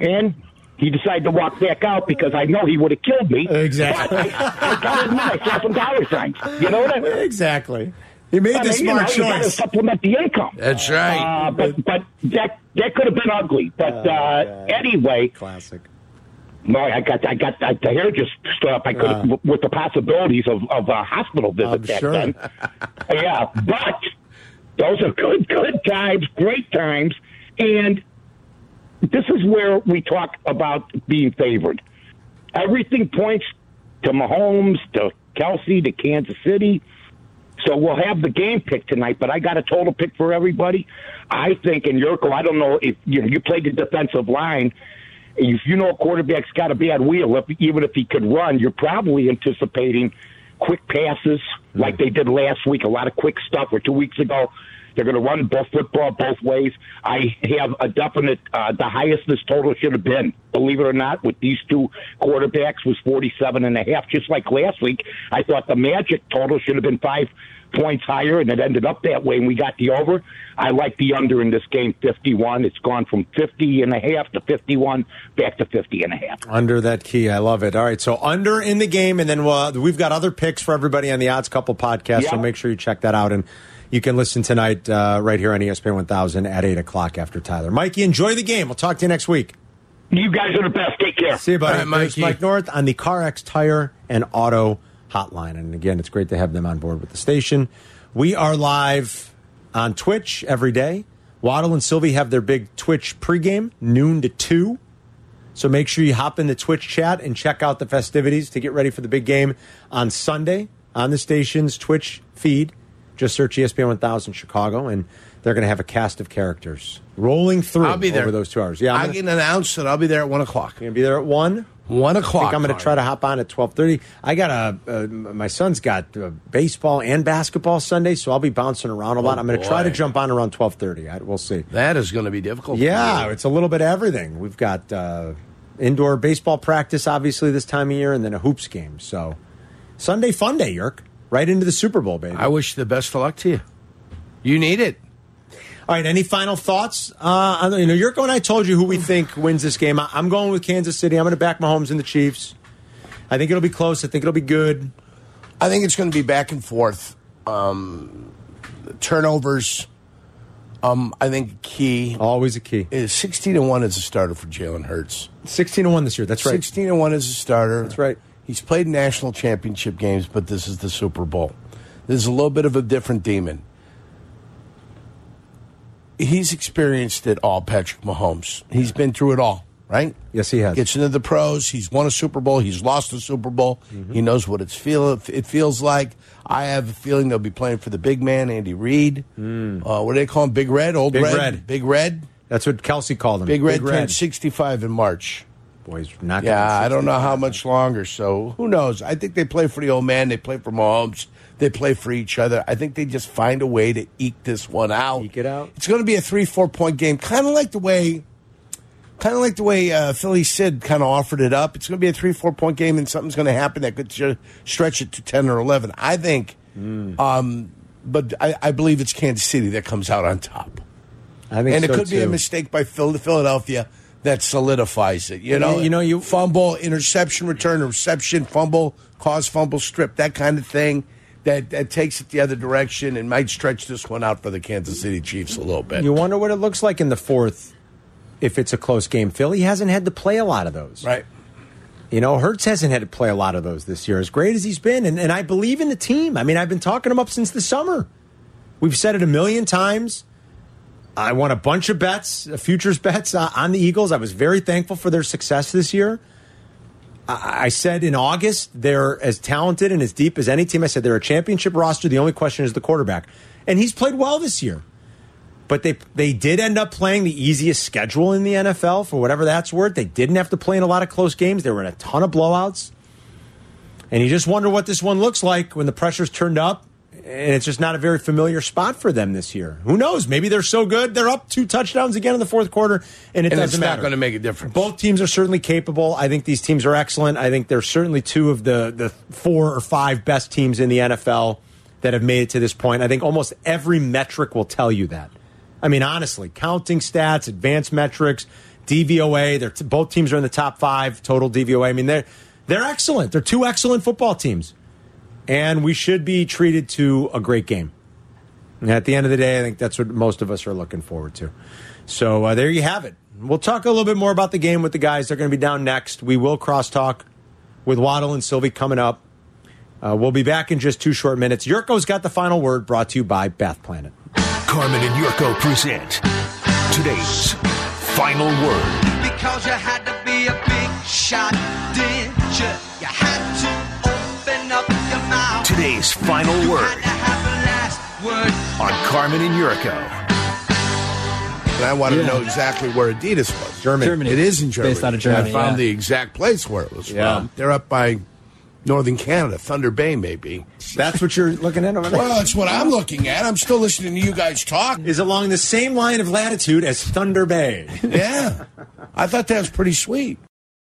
[SPEAKER 12] And he decided to walk back out because I know he would have killed me. Exactly. I, I got his I saw some dollar signs. You know what I mean?
[SPEAKER 3] Exactly. He made
[SPEAKER 12] I
[SPEAKER 3] the
[SPEAKER 12] mean, you
[SPEAKER 3] smart
[SPEAKER 12] know, You gotta
[SPEAKER 3] choice.
[SPEAKER 12] supplement the income.
[SPEAKER 4] That's right.
[SPEAKER 12] Uh, but but that that could have been ugly. But uh, anyway,
[SPEAKER 3] Oh, classic.
[SPEAKER 12] No, I got I got I, the hair just stood up. I could have w with the possibilities of of a hospital visit
[SPEAKER 3] Uh. I'm
[SPEAKER 12] back
[SPEAKER 3] sure.
[SPEAKER 12] then. yeah, but those are good good times, great times, and this is where we talk about being favored. Everything points to Mahomes, to Kelsey, to Kansas City. So we'll have the game pick tonight, but I got a total pick for everybody. I think, and Yurko, I don't know if you know, you played the defensive line. If you know a quarterback's got a bad wheel, if, even if he could run, you're probably anticipating quick passes like they did last week, a lot of quick stuff, or two weeks ago. They're going to run both football both ways. I have a definite, uh, the highest this total should have been, believe it or not, with these two quarterbacks was 47 and a half. Just like last week, I thought the Magic total should have been five points higher, and it ended up that way, and we got the over. I like the under in this game, 51. It's gone from 50 and a half to 51, back to 50 and a half.
[SPEAKER 3] Under that key, I love it. All right, so under in the game, and then we'll, we've got other picks for everybody on the Odds Couple podcast. So
[SPEAKER 12] Yeah.
[SPEAKER 3] make sure you check that out, and you can listen tonight uh, right here on ESPN 1000 at eight o'clock after Tyler. Mikey, enjoy the game. We'll talk to you next week.
[SPEAKER 12] You guys are the best. Take care.
[SPEAKER 3] See you, buddy.
[SPEAKER 4] All right,
[SPEAKER 3] There's
[SPEAKER 4] Mikey.
[SPEAKER 3] Mike North on the CarX Tire and Auto Hotline. And again, it's great to have them on board with the station. We are live on Twitch every day. Waddle and Sylvie have their big Twitch pregame, noon to 2. So make sure you hop in the Twitch chat and check out the festivities to get ready for the big game on Sunday on the station's Twitch feed. Just search E ESPN 1000 Chicago, and they're going to have a cast of characters rolling through
[SPEAKER 4] I'll be there.
[SPEAKER 3] over those two hours. Yeah, I'm
[SPEAKER 4] I
[SPEAKER 3] gonna-
[SPEAKER 4] can announce that I'll be there at one o'clock.
[SPEAKER 3] You're gonna be there at one.
[SPEAKER 4] One
[SPEAKER 3] I
[SPEAKER 4] o'clock.
[SPEAKER 3] think I'm going to
[SPEAKER 4] Carm.
[SPEAKER 3] try to hop on at twelve thirty. I got a uh, my son's got uh, baseball and basketball Sunday, so I'll be bouncing around a lot. I'm going to try to
[SPEAKER 4] Oh, boy.
[SPEAKER 3] jump on around twelve thirty. We'll see.
[SPEAKER 4] That is going to be difficult.
[SPEAKER 3] Yeah, it's a little bit of everything. We've got uh, indoor baseball practice, obviously this time of year, and then a hoops game. So Sunday fun day, Yerk. Right into the Super Bowl, baby.
[SPEAKER 4] I wish the best of luck to you. You need it.
[SPEAKER 3] All right. Any final thoughts? Uh, on the- you know, Yurko and I told you who we think wins this game. I, I'm going with Kansas City. I'm going to back Mahomes and the Chiefs. I think it'll be close. I think it'll be good.
[SPEAKER 4] I think it's going to be back and forth. Um, turnovers, um, I think key.
[SPEAKER 3] Always a key.
[SPEAKER 4] Is sixteen to one as a starter for Jalen Hurts.
[SPEAKER 3] 16 to 1 this year. That's right.
[SPEAKER 4] Sixteen to one as a starter. That's
[SPEAKER 3] right.
[SPEAKER 4] He's played national championship games, but this is the Super Bowl. This is a little bit of a different demon. He's experienced it all, Patrick Mahomes. He's been through it all, right?
[SPEAKER 3] Yes, he has.
[SPEAKER 4] Gets into the pros. He's won a Super Bowl. He's lost a Super Bowl.
[SPEAKER 3] Mm-hmm.
[SPEAKER 4] He knows what it's feel. It feels like. I have a feeling they'll be playing for the big man, Andy Reid. Uh, what do they call him? Big Red, Old
[SPEAKER 3] Mm. Big
[SPEAKER 4] Red,
[SPEAKER 3] Red.
[SPEAKER 4] Big Red.
[SPEAKER 3] That's what Kelsey called him.
[SPEAKER 4] Big Red turned sixty-five in March.
[SPEAKER 3] Boys, not. gonna
[SPEAKER 4] Yeah,
[SPEAKER 3] be
[SPEAKER 4] I don't know
[SPEAKER 3] 65.
[SPEAKER 4] how much longer. So who knows? I think they play for the old man. They play for Mahomes. They play for each other. I think they just find a way to eke this one out. Eke it out. It's going to be a three-four point game, kind of like the way, kind of like the way uh, Philly Sid kind of offered it up. It's going to be a three-four point game, and something's going to happen that could ju- stretch it to ten or eleven. I think, um, but I, I believe it's Kansas City that comes out on top.
[SPEAKER 3] I think
[SPEAKER 4] and
[SPEAKER 3] so,
[SPEAKER 4] it could be a
[SPEAKER 3] too.
[SPEAKER 4] mistake by Phil- Philadelphia that solidifies it. You
[SPEAKER 3] You-
[SPEAKER 4] know,
[SPEAKER 3] you know,
[SPEAKER 4] you fumble, interception, return, reception, fumble, cause fumble, strip, that kind of thing. that, that takes it the other direction and might stretch this one out for the Kansas City Chiefs a little bit.
[SPEAKER 3] You wonder what it looks like in the fourth if it's a close game. Philly hasn't had to play a lot of those.
[SPEAKER 4] Right.
[SPEAKER 3] You know, Hertz hasn't had to play a lot of those this year, as great as he's been. And, and I believe in the team. I mean, I've been talking him up since the summer. We've said it a million times. I won a bunch of bets, uh, futures bets uh, on the Eagles. I was very thankful for their success this year. I, I said in August, they're as talented and as deep as any team. I said they're a championship roster. The only question is the quarterback. And he's played well this year. But they they did end up playing the easiest schedule in the NFL for whatever that's worth. They didn't have to play in a lot of close games. They were in a ton of blowouts. And you just wonder what this one looks like when the pressure's turned up and it's just not a very familiar spot for them this year. Who knows? Maybe they're so good they're up two touchdowns again in the fourth quarter and it
[SPEAKER 4] And
[SPEAKER 3] doesn't
[SPEAKER 4] it's not
[SPEAKER 3] matter.
[SPEAKER 4] going to make a difference.
[SPEAKER 3] Both teams are certainly capable. I think these teams are excellent. I think they're certainly two of the, the four or five best teams in the NFL that have made it to this point. I think almost every metric will tell you that. I mean, honestly, counting stats, advanced metrics, DVOA, they're t- both teams are in the top five total DVOA. I mean, they're, they're excellent. They're two excellent football teams. And we should be treated to a great game. And at the end of the day, I think that's what most of us are looking forward to. So uh, there you have it. We'll talk a little bit more about the game with the guys. They're going to be down next. We will crosstalk with Waddle and Sylvie coming up. Uh, we'll be back in just two short minutes. Yurko's got the final word brought to you by Bath Planet.
[SPEAKER 1] Carmen and Yurko present today's final word.
[SPEAKER 13] Because you had to be a big shot, did you? You had to open up your mouth.
[SPEAKER 1] Today's final word
[SPEAKER 13] Word.
[SPEAKER 1] on Carmen and Yurko.
[SPEAKER 4] And I wanted to know exactly where Adidas was.
[SPEAKER 1] Germany. Germany.
[SPEAKER 4] It is in Germany.
[SPEAKER 1] Based out of Germany,
[SPEAKER 4] I found
[SPEAKER 1] yeah.
[SPEAKER 4] the exact place where it was from. They're up by northern Canada, Thunder Bay, maybe.
[SPEAKER 3] That's what you're looking at over there?
[SPEAKER 4] Well, that's what I'm looking at. I'm still listening to you guys talk.
[SPEAKER 3] Is along the same line of latitude as Thunder Bay.
[SPEAKER 4] yeah. I thought that was pretty sweet.